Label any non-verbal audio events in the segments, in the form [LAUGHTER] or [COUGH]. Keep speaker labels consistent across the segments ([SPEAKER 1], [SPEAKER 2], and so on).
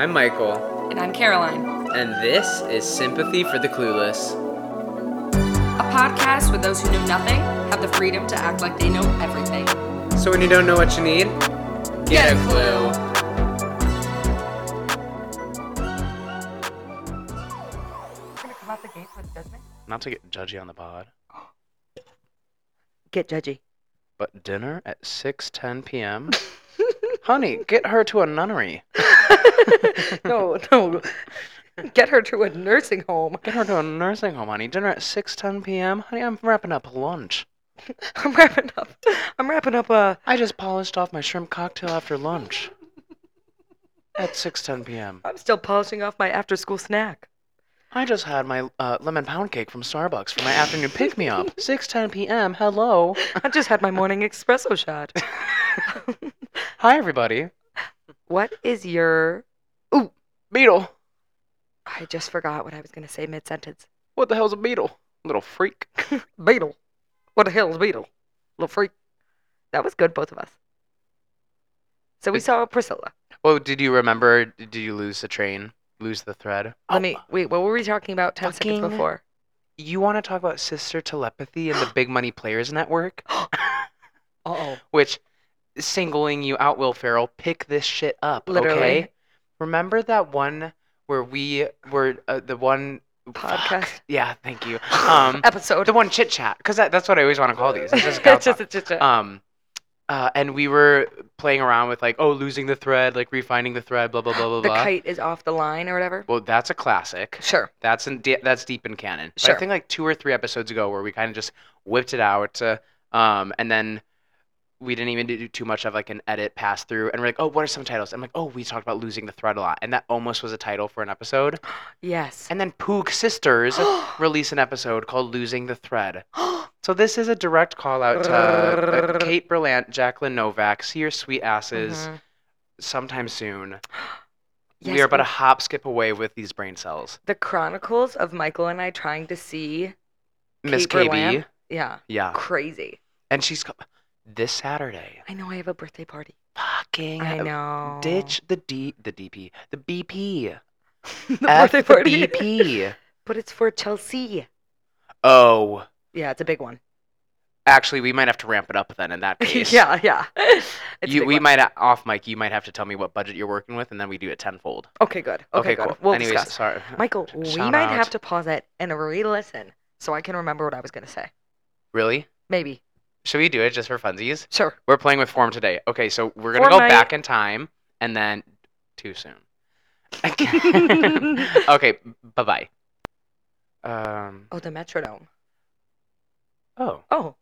[SPEAKER 1] I'm Michael,
[SPEAKER 2] And I'm Caroline,
[SPEAKER 1] and this is Sympathy for the Clueless.
[SPEAKER 2] a podcast where those who know nothing have the freedom to act like they know everything.
[SPEAKER 1] So when you don't know what you need,
[SPEAKER 2] Get a clue. Gonna come out the gates with judgment?
[SPEAKER 3] not to get judgy on the pod,
[SPEAKER 4] Get judgy.
[SPEAKER 3] but dinner at 6:10 p.m. [LAUGHS] Honey, get her to a nunnery.
[SPEAKER 4] [LAUGHS] no, no. Get her to a nursing home. [LAUGHS]
[SPEAKER 3] Get her to a nursing home, honey. Dinner at 6:10 p.m. Honey, I'm wrapping up lunch.
[SPEAKER 4] I'm wrapping up. I'm wrapping up. Uh,
[SPEAKER 3] I just polished off my shrimp cocktail after lunch. At 6:10 p.m.
[SPEAKER 4] I'm still polishing off my after-school snack.
[SPEAKER 3] I just had my uh, lemon pound cake from Starbucks for my afternoon pick-me-up. 6:10 p.m. Hello.
[SPEAKER 4] I just had my morning espresso shot.
[SPEAKER 3] Hi everybody.
[SPEAKER 4] [LAUGHS] What is your?
[SPEAKER 3] Beetle.
[SPEAKER 4] I just forgot what I was gonna say mid-sentence.
[SPEAKER 3] What the hell's a beetle? Little freak.
[SPEAKER 4] Beetle. What the hell is beetle? Little freak. That was good, both of us. So we
[SPEAKER 3] It-
[SPEAKER 4] saw Priscilla.
[SPEAKER 3] Well, did you remember did you lose the train? Lose the thread?
[SPEAKER 4] Let
[SPEAKER 3] Oh,
[SPEAKER 4] me wait. What were we talking about ten
[SPEAKER 3] Fucking-
[SPEAKER 4] seconds before?
[SPEAKER 3] You want to talk about sister telepathy and the Big Money Players Network,
[SPEAKER 4] Oh,
[SPEAKER 3] which singling you out, Will Ferrell, pick this shit up,
[SPEAKER 4] literally.
[SPEAKER 3] okay? Remember that one where we were uh, the one
[SPEAKER 4] Podcast.
[SPEAKER 3] Fuck. Yeah, thank you. Um,
[SPEAKER 4] [LAUGHS] episode.
[SPEAKER 3] the one chit chat, because that, that's what I always want to call these. It's just,
[SPEAKER 4] [LAUGHS] It's
[SPEAKER 3] gossip.
[SPEAKER 4] just a chit chat.
[SPEAKER 3] um, uh, and we were playing around with like, oh, losing the thread, like refining the thread, blah blah blah blah
[SPEAKER 4] the
[SPEAKER 3] blah.
[SPEAKER 4] kite is off the line or whatever.
[SPEAKER 3] Well, that's a classic.
[SPEAKER 4] Sure.
[SPEAKER 3] That's in de- that's deep in canon. But I
[SPEAKER 4] Sure.
[SPEAKER 3] think like two or three episodes ago where we kind of just whipped it out, uh, um, and then we didn't even do too much of like an edit pass through, and we're like, oh, what are some titles? I'm like, oh, we talked about losing the thread a lot, and that almost was a title for an episode.
[SPEAKER 4] Yes.
[SPEAKER 3] And then Poog Sisters released an episode called "Losing the Thread."
[SPEAKER 4] [GASPS] That's
[SPEAKER 3] So this is a [GASPS] direct call out to
[SPEAKER 4] [LAUGHS]
[SPEAKER 3] uh, Kate Berlant, Jacqueline Novak, see your sweet asses sometime soon. we
[SPEAKER 4] Mm-hmm. Yes,
[SPEAKER 3] are about
[SPEAKER 4] we-
[SPEAKER 3] a hop skip away with these brain cells,
[SPEAKER 4] the chronicles of Michael and I trying to see.
[SPEAKER 3] Miss
[SPEAKER 4] Kate
[SPEAKER 3] KB.
[SPEAKER 4] Berlant? Yeah,
[SPEAKER 3] Yeah.
[SPEAKER 4] crazy.
[SPEAKER 3] And she's co- this Saturday.
[SPEAKER 4] I know I have a birthday party.
[SPEAKER 3] Fucking
[SPEAKER 4] I know.
[SPEAKER 3] Ditch the D, the DP, the BP,
[SPEAKER 4] [LAUGHS] the
[SPEAKER 3] F the
[SPEAKER 4] birthday party. [LAUGHS]
[SPEAKER 3] BP.
[SPEAKER 4] But it's for Chelsea.
[SPEAKER 3] Oh,
[SPEAKER 4] Yeah, it's a big one. [LAUGHS]
[SPEAKER 3] actually, we might have to ramp it up then. In that case,
[SPEAKER 4] yeah,
[SPEAKER 3] [LAUGHS]
[SPEAKER 4] yeah. It's a
[SPEAKER 3] you,
[SPEAKER 4] big
[SPEAKER 3] we
[SPEAKER 4] one.
[SPEAKER 3] might a- off mic. You might have to tell me what budget you're working with, and then we do it tenfold.
[SPEAKER 4] Okay, good. Okay, good.
[SPEAKER 3] cool.
[SPEAKER 4] We'll
[SPEAKER 3] Anyways,
[SPEAKER 4] discuss.
[SPEAKER 3] sorry.
[SPEAKER 4] Michael, we
[SPEAKER 3] Shout
[SPEAKER 4] might
[SPEAKER 3] out.
[SPEAKER 4] have to pause it and re-listen so I can remember what I was gonna say.
[SPEAKER 3] Really?
[SPEAKER 4] Maybe.
[SPEAKER 3] Should we do it just for funsies?
[SPEAKER 4] Sure.
[SPEAKER 3] We're playing with form today. Okay, so we're gonna
[SPEAKER 4] Form
[SPEAKER 3] go
[SPEAKER 4] night.
[SPEAKER 3] back in time, and then too soon. [LAUGHS] okay, bye bye. Um.
[SPEAKER 4] Oh, the Metrodome.
[SPEAKER 3] Oh. [LAUGHS]
[SPEAKER 4] Oh,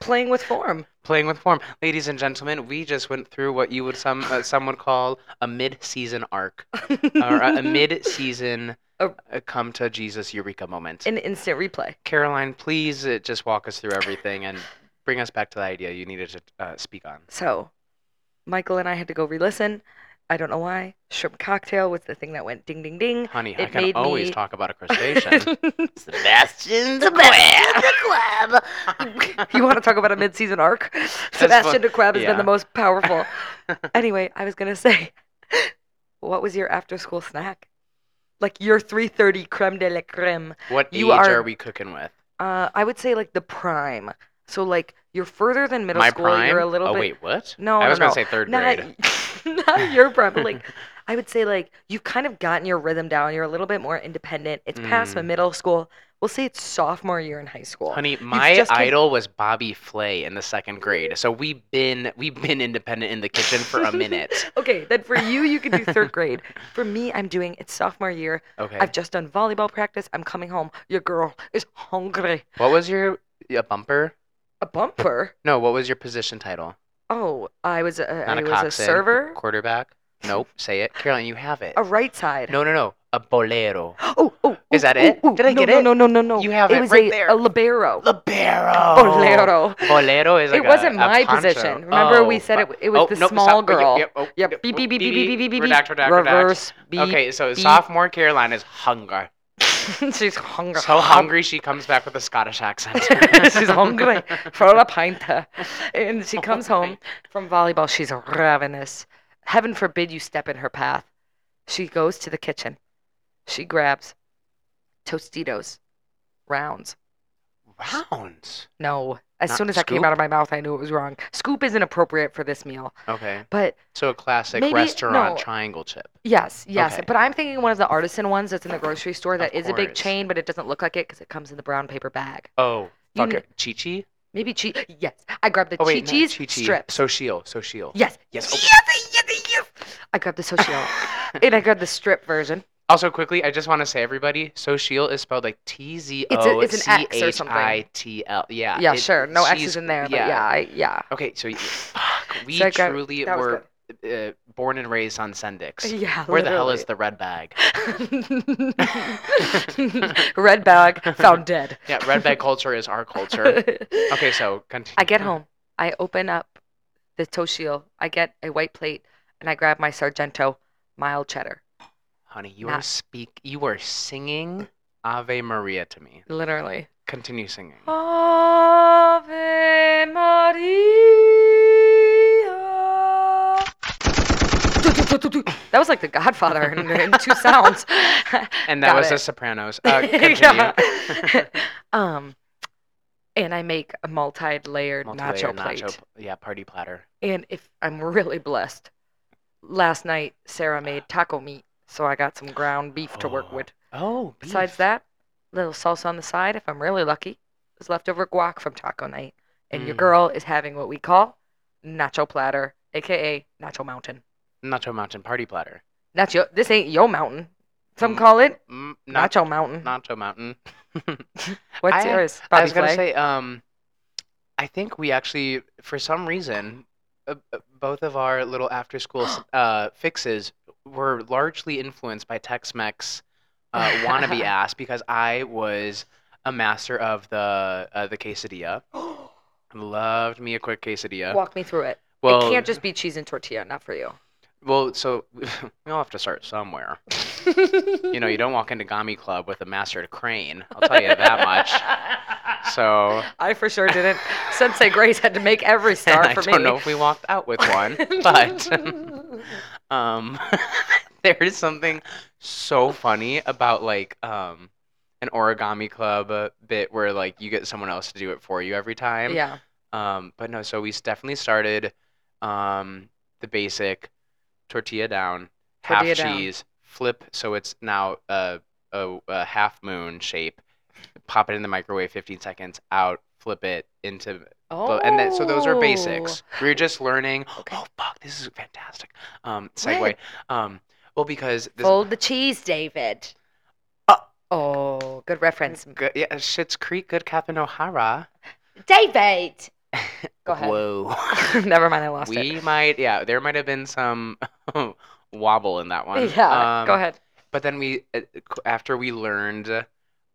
[SPEAKER 4] playing with form.
[SPEAKER 3] Playing with form, ladies and gentlemen, we just went through what you would some uh, some would call a mid-season arc [LAUGHS] or uh,
[SPEAKER 4] [LAUGHS]
[SPEAKER 3] a, a mid-season uh,
[SPEAKER 4] A-
[SPEAKER 3] come to Jesus eureka moment.
[SPEAKER 4] An instant replay.
[SPEAKER 3] Caroline, please uh, just walk us through everything and bring us back to the idea you needed to uh, speak on.
[SPEAKER 4] So, Michael and I had to go re-listen. I don't know why. Shrimp cocktail was the thing that went ding ding ding.
[SPEAKER 3] Honey, I
[SPEAKER 4] It
[SPEAKER 3] can
[SPEAKER 4] made
[SPEAKER 3] always
[SPEAKER 4] me-
[SPEAKER 3] talk about a crustacean.
[SPEAKER 1] Sebastian
[SPEAKER 4] Club. [LAUGHS]
[SPEAKER 3] [LAUGHS]
[SPEAKER 4] you want to talk about a mid-season arc? Sebastian DeQuab has
[SPEAKER 3] yeah.
[SPEAKER 4] been the most
[SPEAKER 3] [LAUGHS]
[SPEAKER 4] powerful. anyway, I was gonna say, what was your after-school snack? Like your 3:30 creme de la creme.
[SPEAKER 3] what age
[SPEAKER 4] You
[SPEAKER 3] are...
[SPEAKER 4] are-
[SPEAKER 3] we cooking with?
[SPEAKER 4] Uh, I would say like the prime. So like you're further than middle
[SPEAKER 3] My
[SPEAKER 4] school.
[SPEAKER 3] prime.
[SPEAKER 4] You're a little
[SPEAKER 3] oh
[SPEAKER 4] bit.
[SPEAKER 3] wait, what?
[SPEAKER 4] No,
[SPEAKER 3] I
[SPEAKER 4] no,
[SPEAKER 3] was
[SPEAKER 4] no.
[SPEAKER 3] gonna say third
[SPEAKER 4] not,
[SPEAKER 3] grade.
[SPEAKER 4] [LAUGHS] not your prime, but like
[SPEAKER 3] [LAUGHS]
[SPEAKER 4] I would say like you've kind of gotten your rhythm down. You're a little bit more independent. It's past my
[SPEAKER 3] Mm.
[SPEAKER 4] middle school. We'll say it's sophomore year in high school.
[SPEAKER 3] Honey, my
[SPEAKER 4] just con-
[SPEAKER 3] idol was Bobby Flay in the second grade, so we've been we've been independent in the kitchen for a minute.
[SPEAKER 4] Okay, then for you, you
[SPEAKER 3] [LAUGHS]
[SPEAKER 4] can do third grade. For me, I'm doing it's sophomore year.
[SPEAKER 3] Okay.
[SPEAKER 4] [LAUGHS] I've just done volleyball practice. I'm coming home. Your girl is hungry.
[SPEAKER 3] What was your a bumper?
[SPEAKER 4] A bumper.
[SPEAKER 3] No, what was your position title?
[SPEAKER 4] Oh, I was a,
[SPEAKER 3] Not
[SPEAKER 4] I
[SPEAKER 3] a
[SPEAKER 4] was
[SPEAKER 3] coxswain.
[SPEAKER 4] a server.
[SPEAKER 3] Quarterback. Nope. Say it, Caroline. You have it.
[SPEAKER 4] A right side.
[SPEAKER 3] No, no, no. A
[SPEAKER 4] [GASPS]
[SPEAKER 3] bolero.
[SPEAKER 4] Oh, oh.
[SPEAKER 3] Is
[SPEAKER 4] ooh,
[SPEAKER 3] that
[SPEAKER 4] ooh,
[SPEAKER 3] it?
[SPEAKER 4] ooh.
[SPEAKER 3] Did I
[SPEAKER 4] no,
[SPEAKER 3] get
[SPEAKER 4] no,
[SPEAKER 3] it?
[SPEAKER 4] No, no, no, no.
[SPEAKER 3] You have it
[SPEAKER 4] was
[SPEAKER 3] right
[SPEAKER 4] a,
[SPEAKER 3] there.
[SPEAKER 4] a libero.
[SPEAKER 3] Libero.
[SPEAKER 4] Bolero.
[SPEAKER 3] Bolero is
[SPEAKER 4] It
[SPEAKER 3] like a-
[SPEAKER 4] wasn't
[SPEAKER 3] a
[SPEAKER 4] my
[SPEAKER 3] poncho.
[SPEAKER 4] position. Remember we
[SPEAKER 3] Oh,
[SPEAKER 4] said it
[SPEAKER 3] fu-
[SPEAKER 4] w- it was
[SPEAKER 3] oh,
[SPEAKER 4] the
[SPEAKER 3] nope,
[SPEAKER 4] small
[SPEAKER 3] stop. Oh,
[SPEAKER 4] girl.
[SPEAKER 3] Yep. Yep.
[SPEAKER 4] Yeah,
[SPEAKER 3] yep,
[SPEAKER 4] beep,
[SPEAKER 3] oh,
[SPEAKER 4] beep, beep, beep, beep, beep, beep, beep.
[SPEAKER 3] Redact, redact, redact.
[SPEAKER 4] Reverse beep.
[SPEAKER 3] Okay, so sophomore Caroline is hunger.
[SPEAKER 4] [LAUGHS] She's hungry.
[SPEAKER 3] So hungry she comes back with a Scottish accent.
[SPEAKER 4] [LAUGHS] She's
[SPEAKER 3] [LAUGHS]
[SPEAKER 4] hungry for a pint. And she comes home from volleyball. She's ravenous. heaven forbid you step in her path. She goes to the kitchen. She grabs Tostitos rounds.
[SPEAKER 3] Rounds.
[SPEAKER 4] No. As
[SPEAKER 3] Not
[SPEAKER 4] soon as that came
[SPEAKER 3] scoop?
[SPEAKER 4] out of my mouth, I knew it was wrong. Scoop isn't appropriate for this meal,
[SPEAKER 3] Okay.
[SPEAKER 4] but
[SPEAKER 3] So a classic
[SPEAKER 4] Maybe-
[SPEAKER 3] restaurant
[SPEAKER 4] no.
[SPEAKER 3] triangle chip.
[SPEAKER 4] Yes, yes.
[SPEAKER 3] Okay.
[SPEAKER 4] But I'm thinking one of the artisan ones that's in the grocery store that
[SPEAKER 3] Of
[SPEAKER 4] is a big
[SPEAKER 3] course.
[SPEAKER 4] chain, but it doesn't look like it because it comes in the brown paper bag.
[SPEAKER 3] Oh,
[SPEAKER 4] You
[SPEAKER 3] fuck
[SPEAKER 4] kn-
[SPEAKER 3] it. Chi Chi?
[SPEAKER 4] Maybe cheese. Yes, I grabbed the
[SPEAKER 3] Oh, wait.
[SPEAKER 4] Chi-Chi's
[SPEAKER 3] Chi Chi.
[SPEAKER 4] strips.
[SPEAKER 3] Socio. Socio.
[SPEAKER 4] yes,
[SPEAKER 3] Yes. oh.
[SPEAKER 4] yes, yes, yes, yes. I grabbed the social, and I grabbed the strip version.
[SPEAKER 3] [LAUGHS] Also, quickly, I just want to say, everybody, Social is spelled like T Z O
[SPEAKER 4] it's
[SPEAKER 3] C
[SPEAKER 4] an X or
[SPEAKER 3] H
[SPEAKER 4] something.
[SPEAKER 3] I T L. Yeah.
[SPEAKER 4] yeah,
[SPEAKER 3] it-
[SPEAKER 4] sure. No
[SPEAKER 3] she's-
[SPEAKER 4] X's in there. Yeah,
[SPEAKER 3] yeah.
[SPEAKER 4] but yeah, I, yeah.
[SPEAKER 3] Okay, so you-
[SPEAKER 4] [SIGHS]
[SPEAKER 3] fuck, we
[SPEAKER 4] So I got-
[SPEAKER 3] truly
[SPEAKER 4] that was
[SPEAKER 3] were uh, born and raised on Sendix.
[SPEAKER 4] [LAUGHS] Yeah.
[SPEAKER 3] Where the hell is the red bag? [LAUGHS]
[SPEAKER 4] the [LAUGHS] red bag found dead?
[SPEAKER 3] Yeah, red bag culture is our
[SPEAKER 4] [LAUGHS]
[SPEAKER 3] culture. Okay, so continue.
[SPEAKER 4] I get home. I open up the Toshio. I get a white plate and I grab my Sargento mild cheddar.
[SPEAKER 3] Honey, you
[SPEAKER 4] Nah.
[SPEAKER 3] are speak. You are singing Ave Maria to me.
[SPEAKER 4] Literally.
[SPEAKER 3] Continue
[SPEAKER 4] [GASPS]
[SPEAKER 3] singing.
[SPEAKER 4] Ave Maria. That was like the Godfather in, in
[SPEAKER 3] [LAUGHS]
[SPEAKER 4] two sounds.
[SPEAKER 3] And that
[SPEAKER 4] Got
[SPEAKER 3] was
[SPEAKER 4] it.
[SPEAKER 3] the
[SPEAKER 4] [LAUGHS]
[SPEAKER 3] Sopranos. Uh, continue.
[SPEAKER 4] Yeah. um, and I make a multi-layered,
[SPEAKER 3] Multi-layer
[SPEAKER 4] nacho plate.
[SPEAKER 3] pl- yeah, party platter.
[SPEAKER 4] And if I'm really blessed, last night Sarah made taco meat, so I got some ground beef to work
[SPEAKER 3] Uh. Oh,
[SPEAKER 4] with.
[SPEAKER 3] Oh,
[SPEAKER 4] Besides
[SPEAKER 3] beef.
[SPEAKER 4] that, little salsa on the side if I'm really lucky. There's leftover guac from taco night, and your
[SPEAKER 3] Mm.
[SPEAKER 4] girl is having what we call nacho platter, aka nacho mountain.
[SPEAKER 3] Nacho Mountain party platter.
[SPEAKER 4] Nacho, this ain't yo mountain. Some
[SPEAKER 3] Mm,
[SPEAKER 4] call it
[SPEAKER 3] Mm, nach-
[SPEAKER 4] nacho mountain.
[SPEAKER 3] Nacho Mountain. [LAUGHS] I-
[SPEAKER 4] What's yours?
[SPEAKER 3] I
[SPEAKER 4] Bobby
[SPEAKER 3] was gonna
[SPEAKER 4] Flay?
[SPEAKER 3] say, um, I think we actually, for some reason, uh, uh, both of our little after school
[SPEAKER 4] [GASPS]
[SPEAKER 3] uh, fixes were largely influenced by Tex Mex uh,
[SPEAKER 4] [LAUGHS]
[SPEAKER 3] wannabe ass because I was a master of the uh, the quesadilla. Loved me a quick quesadilla.
[SPEAKER 4] Walk me through it.
[SPEAKER 3] well,
[SPEAKER 4] it can't just be cheese and tortilla, not for you.
[SPEAKER 3] [LAUGHS] well, so [LAUGHS] we all have to start somewhere. you know, you don't walk into Gami Club with a mastered crane. I'll tell you that
[SPEAKER 4] [LAUGHS]
[SPEAKER 3] much. So
[SPEAKER 4] I for sure didn't. Sensei Grace had to make
[SPEAKER 3] [LAUGHS]
[SPEAKER 4] every
[SPEAKER 3] And
[SPEAKER 4] star
[SPEAKER 3] I
[SPEAKER 4] for
[SPEAKER 3] don't
[SPEAKER 4] me.
[SPEAKER 3] know if we walked out with
[SPEAKER 4] [LAUGHS]
[SPEAKER 3] one, [LAUGHS] but um, [LAUGHS] there is something so funny about like um, an origami club uh, bit where like you get someone else to do it for you every time.
[SPEAKER 4] yeah.
[SPEAKER 3] Um, but no, so we s- definitely started um, the basic tortilla down,
[SPEAKER 4] Tortilla
[SPEAKER 3] half
[SPEAKER 4] down.
[SPEAKER 3] cheese, flip so it's now a, a, a half moon shape. Pop it in the microwave 15 seconds, out, flip it into
[SPEAKER 4] Oh.
[SPEAKER 3] but- and then, so those are basics. We're just learning.
[SPEAKER 4] Okay.
[SPEAKER 3] Oh fuck, this is fantastic. Um, segue. Um, well, because this
[SPEAKER 4] Fold the cheese, David.
[SPEAKER 3] Oh.
[SPEAKER 4] Oh, good reference.
[SPEAKER 3] good, yeah, Shit's Creek, good Captain O'Hara.
[SPEAKER 4] David.
[SPEAKER 3] [LAUGHS]
[SPEAKER 4] Go ahead.
[SPEAKER 3] Whoa.
[SPEAKER 4] Never mind, [LAUGHS] I lost
[SPEAKER 3] we might, yeah, there might have been some [LAUGHS] wobble in that one.
[SPEAKER 4] it. [LAUGHS] Yeah.
[SPEAKER 3] Um,
[SPEAKER 4] go ahead.
[SPEAKER 3] But then we, uh, c- after we learned,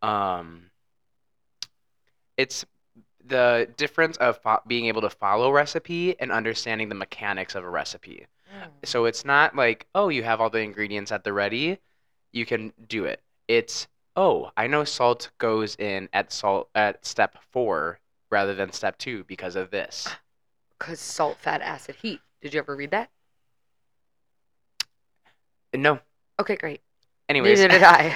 [SPEAKER 3] um, it's the difference of fo- being able to follow recipe and understanding the mechanics of a recipe. So it's not like, oh, you have all the ingredients at the ready, you can do it. It's, oh, I know salt goes in at salt at step 4 rather than step 2 because of
[SPEAKER 4] [SIGHS]
[SPEAKER 3] this.
[SPEAKER 4] Because salt, fat, acid, heat. Did you ever read that?
[SPEAKER 3] No.
[SPEAKER 4] Okay, great.
[SPEAKER 3] Anyways.
[SPEAKER 4] Neither did [LAUGHS] I.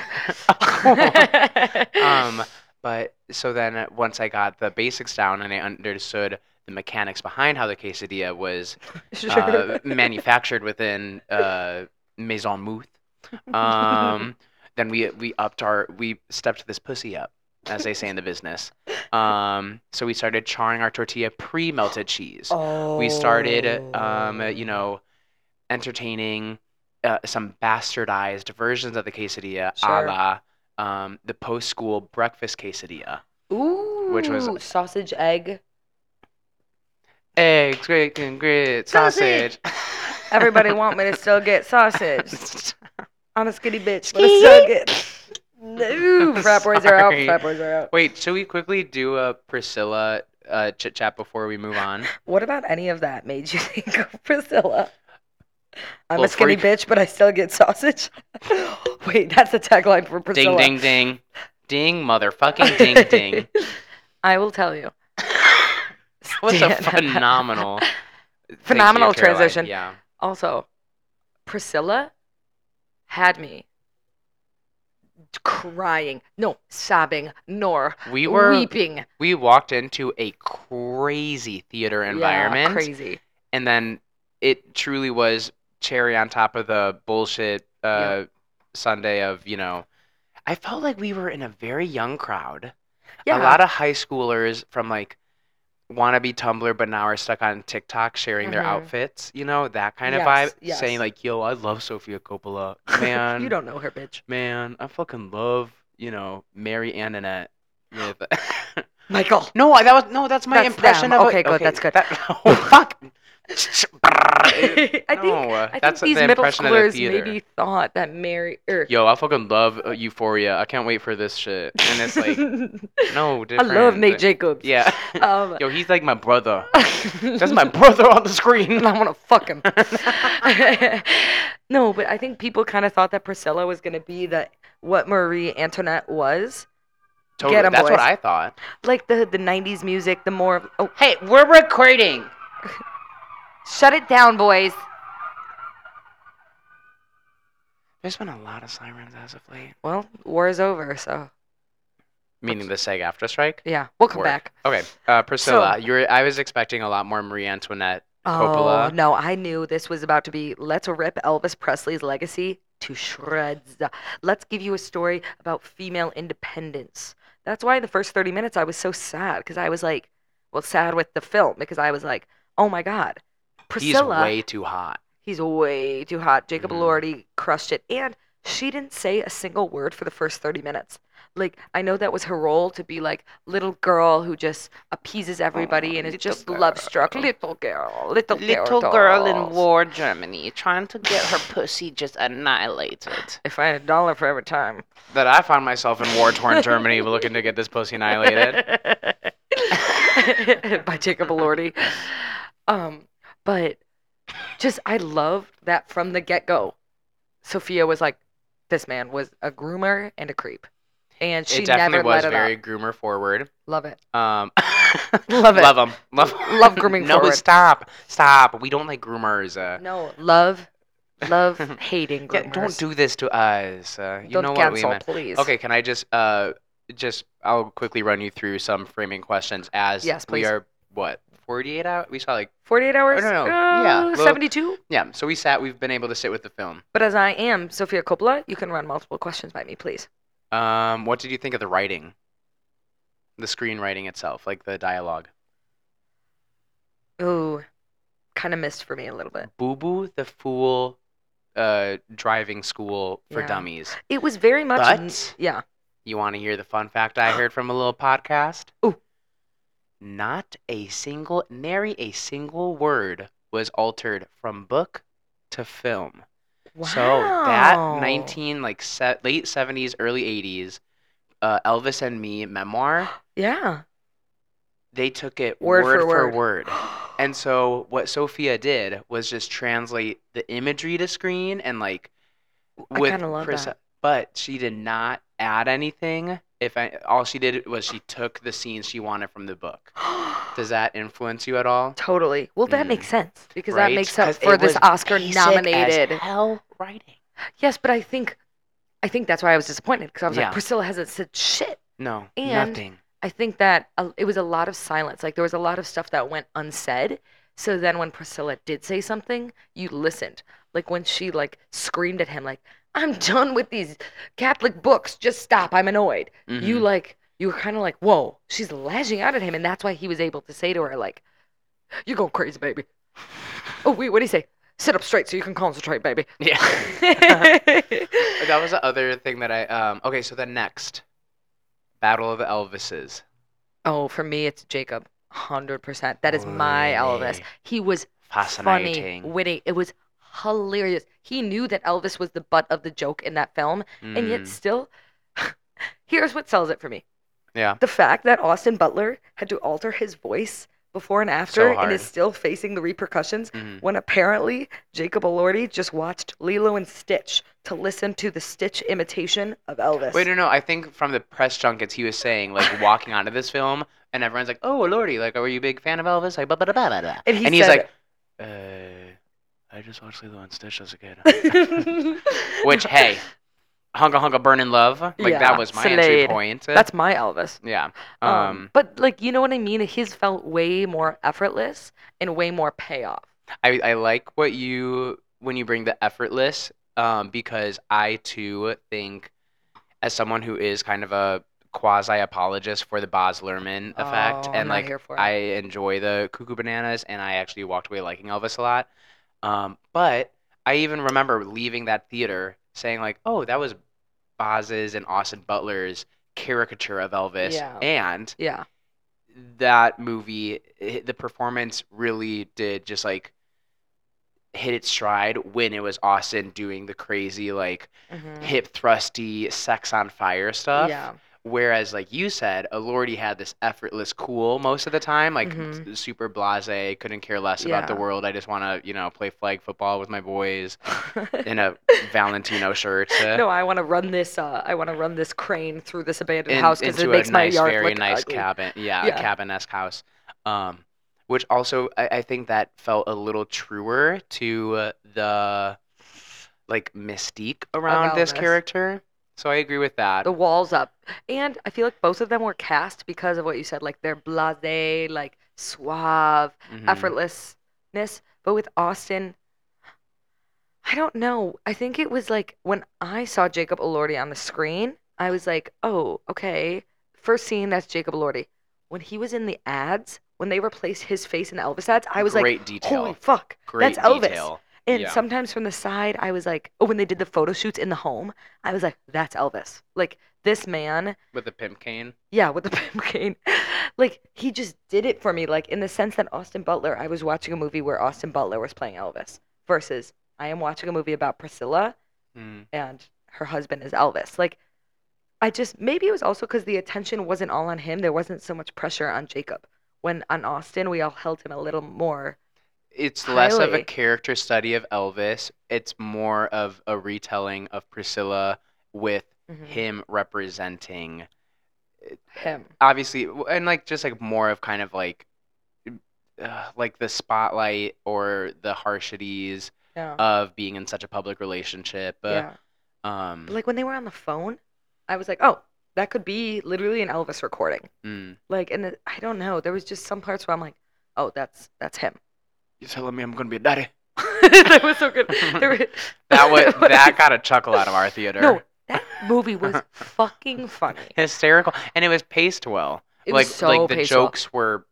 [SPEAKER 3] [LAUGHS]
[SPEAKER 4] [LAUGHS]
[SPEAKER 3] um, but so then uh, once I got the basics down and I understood the mechanics behind how the quesadilla was
[SPEAKER 4] sure. [LAUGHS]
[SPEAKER 3] uh, manufactured within uh, Maison Mouth.
[SPEAKER 4] [LAUGHS]
[SPEAKER 3] Um, then we we upped our we stepped this pussy up, as they say in the business. Um, so we started charring our tortilla pre melted cheese.
[SPEAKER 4] oh.
[SPEAKER 3] We started, um, you know, entertaining uh, some bastardized versions of the quesadilla, a
[SPEAKER 4] Sure.
[SPEAKER 3] la um, the post school breakfast quesadilla.
[SPEAKER 4] Ooh,
[SPEAKER 3] which was-
[SPEAKER 4] sausage, egg.
[SPEAKER 3] Eggs, great and grits,
[SPEAKER 4] Sausage.
[SPEAKER 3] sausage. [LAUGHS]
[SPEAKER 4] Everybody want me to still get sausage. I'm a skinny bitch, but I still
[SPEAKER 3] Skinny? [LAUGHS]
[SPEAKER 4] get. Ooh, frat boys are out.
[SPEAKER 3] Sorry.
[SPEAKER 4] Frat boys are out.
[SPEAKER 3] Wait, should we quickly do a Priscilla uh, chit chat before we move
[SPEAKER 4] [LAUGHS]
[SPEAKER 3] on?
[SPEAKER 4] What about any of that made you [LAUGHS] think of Priscilla? I'm
[SPEAKER 3] Well,
[SPEAKER 4] a skinny
[SPEAKER 3] free-
[SPEAKER 4] bitch, but I still get sausage. [LAUGHS] Wait, that's the tagline for Priscilla.
[SPEAKER 3] Ding, ding, ding. Ding, motherfucking
[SPEAKER 4] [LAUGHS]
[SPEAKER 3] ding, ding.
[SPEAKER 4] I will
[SPEAKER 3] [LAUGHS]
[SPEAKER 4] tell you.
[SPEAKER 3] What's a
[SPEAKER 4] Stan-
[SPEAKER 3] phenomenal. thank you,
[SPEAKER 4] [LAUGHS] Phenomenal
[SPEAKER 3] Caroline.
[SPEAKER 4] transition.
[SPEAKER 3] Yeah.
[SPEAKER 4] Also, Priscilla had me crying, no, sobbing, nor
[SPEAKER 3] We were
[SPEAKER 4] weeping
[SPEAKER 3] we walked into a crazy theater
[SPEAKER 4] Yeah,
[SPEAKER 3] environment,
[SPEAKER 4] crazy.
[SPEAKER 3] and then it truly was cherry on top of the bullshit uh,
[SPEAKER 4] Yeah.
[SPEAKER 3] Sunday of you know. I felt like we were in a very young crowd.
[SPEAKER 4] Yeah,
[SPEAKER 3] A lot of high schoolers from like wannabe Tumblr, but now are stuck on TikTok sharing their
[SPEAKER 4] Mhm.
[SPEAKER 3] outfits. You know that kind of
[SPEAKER 4] Yes,
[SPEAKER 3] vibe, saying
[SPEAKER 4] yes.
[SPEAKER 3] like, "Yo, I love Sofia Coppola, man."
[SPEAKER 4] [LAUGHS] you don't know her, bitch.
[SPEAKER 3] man, I fucking love you know Mary Antoinette.
[SPEAKER 4] [LAUGHS]
[SPEAKER 3] With
[SPEAKER 4] Michael.
[SPEAKER 3] no, I- that was no. That's my
[SPEAKER 4] That's
[SPEAKER 3] impression
[SPEAKER 4] them.
[SPEAKER 3] of. a-
[SPEAKER 4] Okay, good, that's good.
[SPEAKER 3] That, [LAUGHS] oh, fuck.
[SPEAKER 4] [LAUGHS] I think
[SPEAKER 3] No, uh,
[SPEAKER 4] I think
[SPEAKER 3] that's
[SPEAKER 4] these
[SPEAKER 3] the
[SPEAKER 4] middle
[SPEAKER 3] impression of the
[SPEAKER 4] schoolers
[SPEAKER 3] theater.
[SPEAKER 4] maybe thought that Mary er,
[SPEAKER 3] Yo, I fucking love uh, Euphoria. I can't wait for this shit. And it's
[SPEAKER 4] [LAUGHS]
[SPEAKER 3] like, no,
[SPEAKER 4] I
[SPEAKER 3] different.
[SPEAKER 4] love Nate Jacobs.
[SPEAKER 3] Yeah.
[SPEAKER 4] [LAUGHS] Um,
[SPEAKER 3] Yo, he's like my brother. That's my brother on the screen.
[SPEAKER 4] [LAUGHS] I want to
[SPEAKER 3] [LAUGHS]
[SPEAKER 4] fuck him. no, but I think people kind of thought that Priscilla was going to be the what Marie Antoinette was,
[SPEAKER 3] Totally.
[SPEAKER 4] Get 'em,
[SPEAKER 3] That's what
[SPEAKER 4] boys.
[SPEAKER 3] I thought.
[SPEAKER 4] like the the '90s music, the more. Oh,
[SPEAKER 3] Hey, we're recording.
[SPEAKER 4] [LAUGHS] shut it down, boys.
[SPEAKER 3] There's been a lot of sirens as of late.
[SPEAKER 4] Well, war is over, so
[SPEAKER 3] Meaning the SAG after strike.
[SPEAKER 4] yeah, we'll come
[SPEAKER 3] Word.
[SPEAKER 4] back.
[SPEAKER 3] Okay, uh, Priscilla, you're. I was expecting a lot more Marie Antoinette. Coppola.
[SPEAKER 4] Oh no, I knew this was about to be. Let's rip Elvis Presley's legacy to shreds. Let's give you a story about female independence. That's why the first 30 minutes I was so sad because I was like, well, sad with the film because I was like, oh my god, Priscilla.
[SPEAKER 3] He's way too hot.
[SPEAKER 4] He's way too hot. Jacob
[SPEAKER 3] Mhm.
[SPEAKER 4] Elordi crushed it. And she didn't say a single word for the first 30 minutes. Like, I know that was her role to be like little girl who just appeases everybody and is
[SPEAKER 1] little
[SPEAKER 4] just love struck.
[SPEAKER 1] girl.
[SPEAKER 4] Little Oh, girl, little,
[SPEAKER 1] Little girl in
[SPEAKER 4] dolls.
[SPEAKER 1] war Germany trying to get
[SPEAKER 4] [SIGHS]
[SPEAKER 1] her pussy just annihilated.
[SPEAKER 4] If I had a dollar for every time.
[SPEAKER 3] That I found myself in war
[SPEAKER 4] [LAUGHS]
[SPEAKER 3] torn Germany looking to get this pussy annihilated.
[SPEAKER 4] By Jacob Elordi. Um, but just, I loved that from the get go. Sophia was like, this man was a groomer and a creep. And she
[SPEAKER 3] it definitely
[SPEAKER 4] never
[SPEAKER 3] was
[SPEAKER 4] let it
[SPEAKER 3] very
[SPEAKER 4] up.
[SPEAKER 3] groomer forward.
[SPEAKER 4] Love it.
[SPEAKER 3] Um,
[SPEAKER 4] [LAUGHS] Love it.
[SPEAKER 3] Love them. Love,
[SPEAKER 4] Love
[SPEAKER 3] [LAUGHS]
[SPEAKER 4] grooming
[SPEAKER 3] no,
[SPEAKER 4] forward.
[SPEAKER 3] stop. Stop. We don't like groomers. Uh,
[SPEAKER 4] No, love, love hating
[SPEAKER 3] [LAUGHS] yeah,
[SPEAKER 4] groomers.
[SPEAKER 3] don't do this to us. Uh, you
[SPEAKER 4] Don't
[SPEAKER 3] know what we
[SPEAKER 4] cancel,
[SPEAKER 3] meant.
[SPEAKER 4] please.
[SPEAKER 3] Okay, can I just uh, just I'll quickly run you through some framing questions as
[SPEAKER 4] Yes,
[SPEAKER 3] we
[SPEAKER 4] please.
[SPEAKER 3] are what forty eight out. We saw like
[SPEAKER 4] 48 hours?
[SPEAKER 3] no, no,
[SPEAKER 4] Uh,
[SPEAKER 3] yeah, well-
[SPEAKER 4] 72?
[SPEAKER 3] yeah. So we sat. We've been able to sit with the film.
[SPEAKER 4] But as I am Sophia Coppola, you can run multiple questions by me, please.
[SPEAKER 3] Um, what did you think of the writing? The screenwriting itself, like the dialogue.
[SPEAKER 4] Ooh, kind of missed for me a little bit.
[SPEAKER 3] Boo Boo the Fool uh, driving school for
[SPEAKER 4] Yeah.
[SPEAKER 3] dummies.
[SPEAKER 4] It was very much.
[SPEAKER 3] But
[SPEAKER 4] n- yeah.
[SPEAKER 3] you want to hear the fun fact I heard from a little podcast?
[SPEAKER 4] Ooh.
[SPEAKER 3] Not a single, nary a single word was altered from book to film.
[SPEAKER 4] Wow.
[SPEAKER 3] So that 19, like se- late 70s, early 80s, uh, Elvis and Me memoir,
[SPEAKER 4] Yeah.
[SPEAKER 3] they took it
[SPEAKER 4] Word
[SPEAKER 3] word,
[SPEAKER 4] for
[SPEAKER 3] for
[SPEAKER 4] word.
[SPEAKER 3] word. [GASPS] And so what Sophia did was just translate the imagery to screen and like
[SPEAKER 4] I
[SPEAKER 3] with
[SPEAKER 4] kinda love
[SPEAKER 3] Chris,
[SPEAKER 4] that.
[SPEAKER 3] but she did not add anything. If I, all she did was she took the scenes she wanted from the book. Does that influence you at all?
[SPEAKER 4] Totally. Well, that
[SPEAKER 3] Mm.
[SPEAKER 4] makes sense because that
[SPEAKER 3] Right?
[SPEAKER 4] makes up
[SPEAKER 3] 'Cause
[SPEAKER 4] for
[SPEAKER 3] it
[SPEAKER 4] this
[SPEAKER 3] was
[SPEAKER 4] Oscar
[SPEAKER 3] basic as
[SPEAKER 4] nominated.
[SPEAKER 3] hell writing.
[SPEAKER 4] Yes, but I think, I think that's why I was disappointed because I was
[SPEAKER 3] Yeah.
[SPEAKER 4] like, Priscilla hasn't said shit.
[SPEAKER 3] No,
[SPEAKER 4] And-
[SPEAKER 3] nothing.
[SPEAKER 4] I think that uh, it was a lot of silence. Like there was a lot of stuff that went unsaid. So then when Priscilla did say something, you listened. Like when she like screamed at him like, "I'm done with these Catholic books. Just stop. I'm annoyed." You
[SPEAKER 3] Mhm.
[SPEAKER 4] like you were kind of like, "Whoa." She's lashing out at him and that's why he was able to say to her like, "You're going
[SPEAKER 3] [LAUGHS]
[SPEAKER 4] crazy, baby." Oh, wait, what do you say? Sit up straight so you can
[SPEAKER 3] [LAUGHS]
[SPEAKER 4] concentrate, baby.
[SPEAKER 3] [LAUGHS]
[SPEAKER 4] [LAUGHS]
[SPEAKER 3] yeah. that was the other thing that I um okay, so the next Battle of the Elvises.
[SPEAKER 4] oh, for me it's Jacob. 100%. That is my Elvis.
[SPEAKER 3] Really?
[SPEAKER 4] He was funny,
[SPEAKER 3] Fascinating.
[SPEAKER 4] witty. It was hilarious. He knew that Elvis was the butt of the joke in that film, and yet
[SPEAKER 3] Mm.
[SPEAKER 4] still, [LAUGHS] here's what sells it for me:
[SPEAKER 3] yeah.
[SPEAKER 4] the fact that Austin Butler had to alter his voice before and after, and
[SPEAKER 3] hard.
[SPEAKER 4] is still facing the repercussions.
[SPEAKER 3] Mhm.
[SPEAKER 4] When apparently Jacob Elordi just watched Lilo and Stitch to listen to the Stitch imitation of Elvis.
[SPEAKER 3] Wait, no, no. I think from the press junkets, he was saying like
[SPEAKER 4] [LAUGHS]
[SPEAKER 3] walking onto this film, and everyone's like, "Oh, lordy, like, are you a big fan of Elvis?" Like, blah blah blah blah blah.
[SPEAKER 4] And he
[SPEAKER 3] he's
[SPEAKER 4] said-
[SPEAKER 3] like, "Uh, I just watched Lilo and Stitch as a kid.
[SPEAKER 4] [LAUGHS]
[SPEAKER 3] Which, hey, hunga hunga burn in love. Like
[SPEAKER 4] Yeah,
[SPEAKER 3] that was my entry
[SPEAKER 4] Slade.
[SPEAKER 3] point.
[SPEAKER 4] That's my Elvis.
[SPEAKER 3] yeah. Um,
[SPEAKER 4] Um, but like you know what I mean? His felt way more effortless and way more payoff.
[SPEAKER 3] I I like what you when you bring the effortless. Um, because I too think, as someone who is kind of a quasi apologist for the Boz Lerman effect,
[SPEAKER 4] Oh, I'm
[SPEAKER 3] and
[SPEAKER 4] not
[SPEAKER 3] like
[SPEAKER 4] here for it.
[SPEAKER 3] I enjoy the cuckoo bananas, and I actually walked away liking Elvis a lot. Um, but I even remember leaving that theater saying like, "Oh, that was Boz's and Austin Butler's caricature of Elvis,"
[SPEAKER 4] Yeah.
[SPEAKER 3] and
[SPEAKER 4] yeah,
[SPEAKER 3] that movie, i- the performance really did just like hit its stride when it was Austin doing the crazy like
[SPEAKER 4] Mhm.
[SPEAKER 3] hip thrusty, sex on fire stuff.
[SPEAKER 4] yeah,
[SPEAKER 3] Whereas, like you said, Alordi had this effortless cool most of the time, like
[SPEAKER 4] Mhm.
[SPEAKER 3] s- super blase, couldn't care less about the
[SPEAKER 4] Yeah.
[SPEAKER 3] world. I just want to, you know, play flag football with my boys in a [LAUGHS]
[SPEAKER 4] [LAUGHS]
[SPEAKER 3] Valentino shirt. [LAUGHS] uh,
[SPEAKER 4] no, I want to run this. Uh, I want to run this crane through this abandoned
[SPEAKER 3] in-
[SPEAKER 4] house because
[SPEAKER 3] into
[SPEAKER 4] it makes
[SPEAKER 3] a
[SPEAKER 4] my
[SPEAKER 3] nice,
[SPEAKER 4] yard
[SPEAKER 3] very
[SPEAKER 4] look
[SPEAKER 3] nice
[SPEAKER 4] ugly.
[SPEAKER 3] cabin. Yeah,
[SPEAKER 4] Yeah.
[SPEAKER 3] a cabin-esque house. Um, which also I, I think that felt a little truer to uh, the like mystique around this
[SPEAKER 4] Elvis.
[SPEAKER 3] character. So I agree with that.
[SPEAKER 4] The walls up, and I feel like both of them were cast because of what you said. Like they're blasé, like suave,
[SPEAKER 3] Mhm.
[SPEAKER 4] effortlessness. But with Austin, I don't know. I think it was like when I saw Jacob Elordi on the screen, I was like, oh, okay. First scene, that's Jacob Elordi. When he was in the ads, when they replaced his face in the Elvis ads, I was like,
[SPEAKER 3] great detail.
[SPEAKER 4] holy fuck,
[SPEAKER 3] great
[SPEAKER 4] that's Elvis.
[SPEAKER 3] detail.
[SPEAKER 4] And
[SPEAKER 3] Yeah.
[SPEAKER 4] sometimes from the side, I was like, oh, when they did the photo shoots in the home, I was like, that's Elvis. Like, this man
[SPEAKER 3] with the pimp cane.
[SPEAKER 4] yeah, with the [LAUGHS] pimp cane. Like he just did it for me, like in the sense that Austin Butler, I was watching a movie where Austin Butler was playing Elvis versus I am watching a movie about Priscilla
[SPEAKER 3] Mm.
[SPEAKER 4] and her husband is Elvis. Like I just maybe it was also cuz the attention wasn't all on him. There wasn't so much pressure on Jacob. When on Austin, we all held him a little more.
[SPEAKER 3] It's less of a
[SPEAKER 4] Highly.
[SPEAKER 3] character study of Elvis. It's more of a retelling of Priscilla with
[SPEAKER 4] Hmm.
[SPEAKER 3] him representing
[SPEAKER 4] Him.
[SPEAKER 3] obviously w- and like just like more of kind of like uh, like the spotlight or the harshities
[SPEAKER 4] Yeah.
[SPEAKER 3] of being in such a public relationship uh,
[SPEAKER 4] yeah.
[SPEAKER 3] um
[SPEAKER 4] But like when they were on the phone, I was like, "Oh, that could be literally an Elvis recording."
[SPEAKER 3] mm.
[SPEAKER 4] like and it- i don't know there was just some parts where i'm like oh that's that's him [LAUGHS]
[SPEAKER 3] you telling me i'm gonna be a daddy
[SPEAKER 4] that was so
[SPEAKER 3] [LAUGHS]
[SPEAKER 4] good there were,
[SPEAKER 3] that was
[SPEAKER 4] [LAUGHS] What
[SPEAKER 3] that
[SPEAKER 4] is-
[SPEAKER 3] got a chuckle out of our theater
[SPEAKER 4] no that movie
[SPEAKER 3] [LAUGHS]
[SPEAKER 4] was fucking funny
[SPEAKER 3] hysterical and it was paced well
[SPEAKER 4] it
[SPEAKER 3] like
[SPEAKER 4] was so
[SPEAKER 3] like the
[SPEAKER 4] paced well.
[SPEAKER 3] jokes were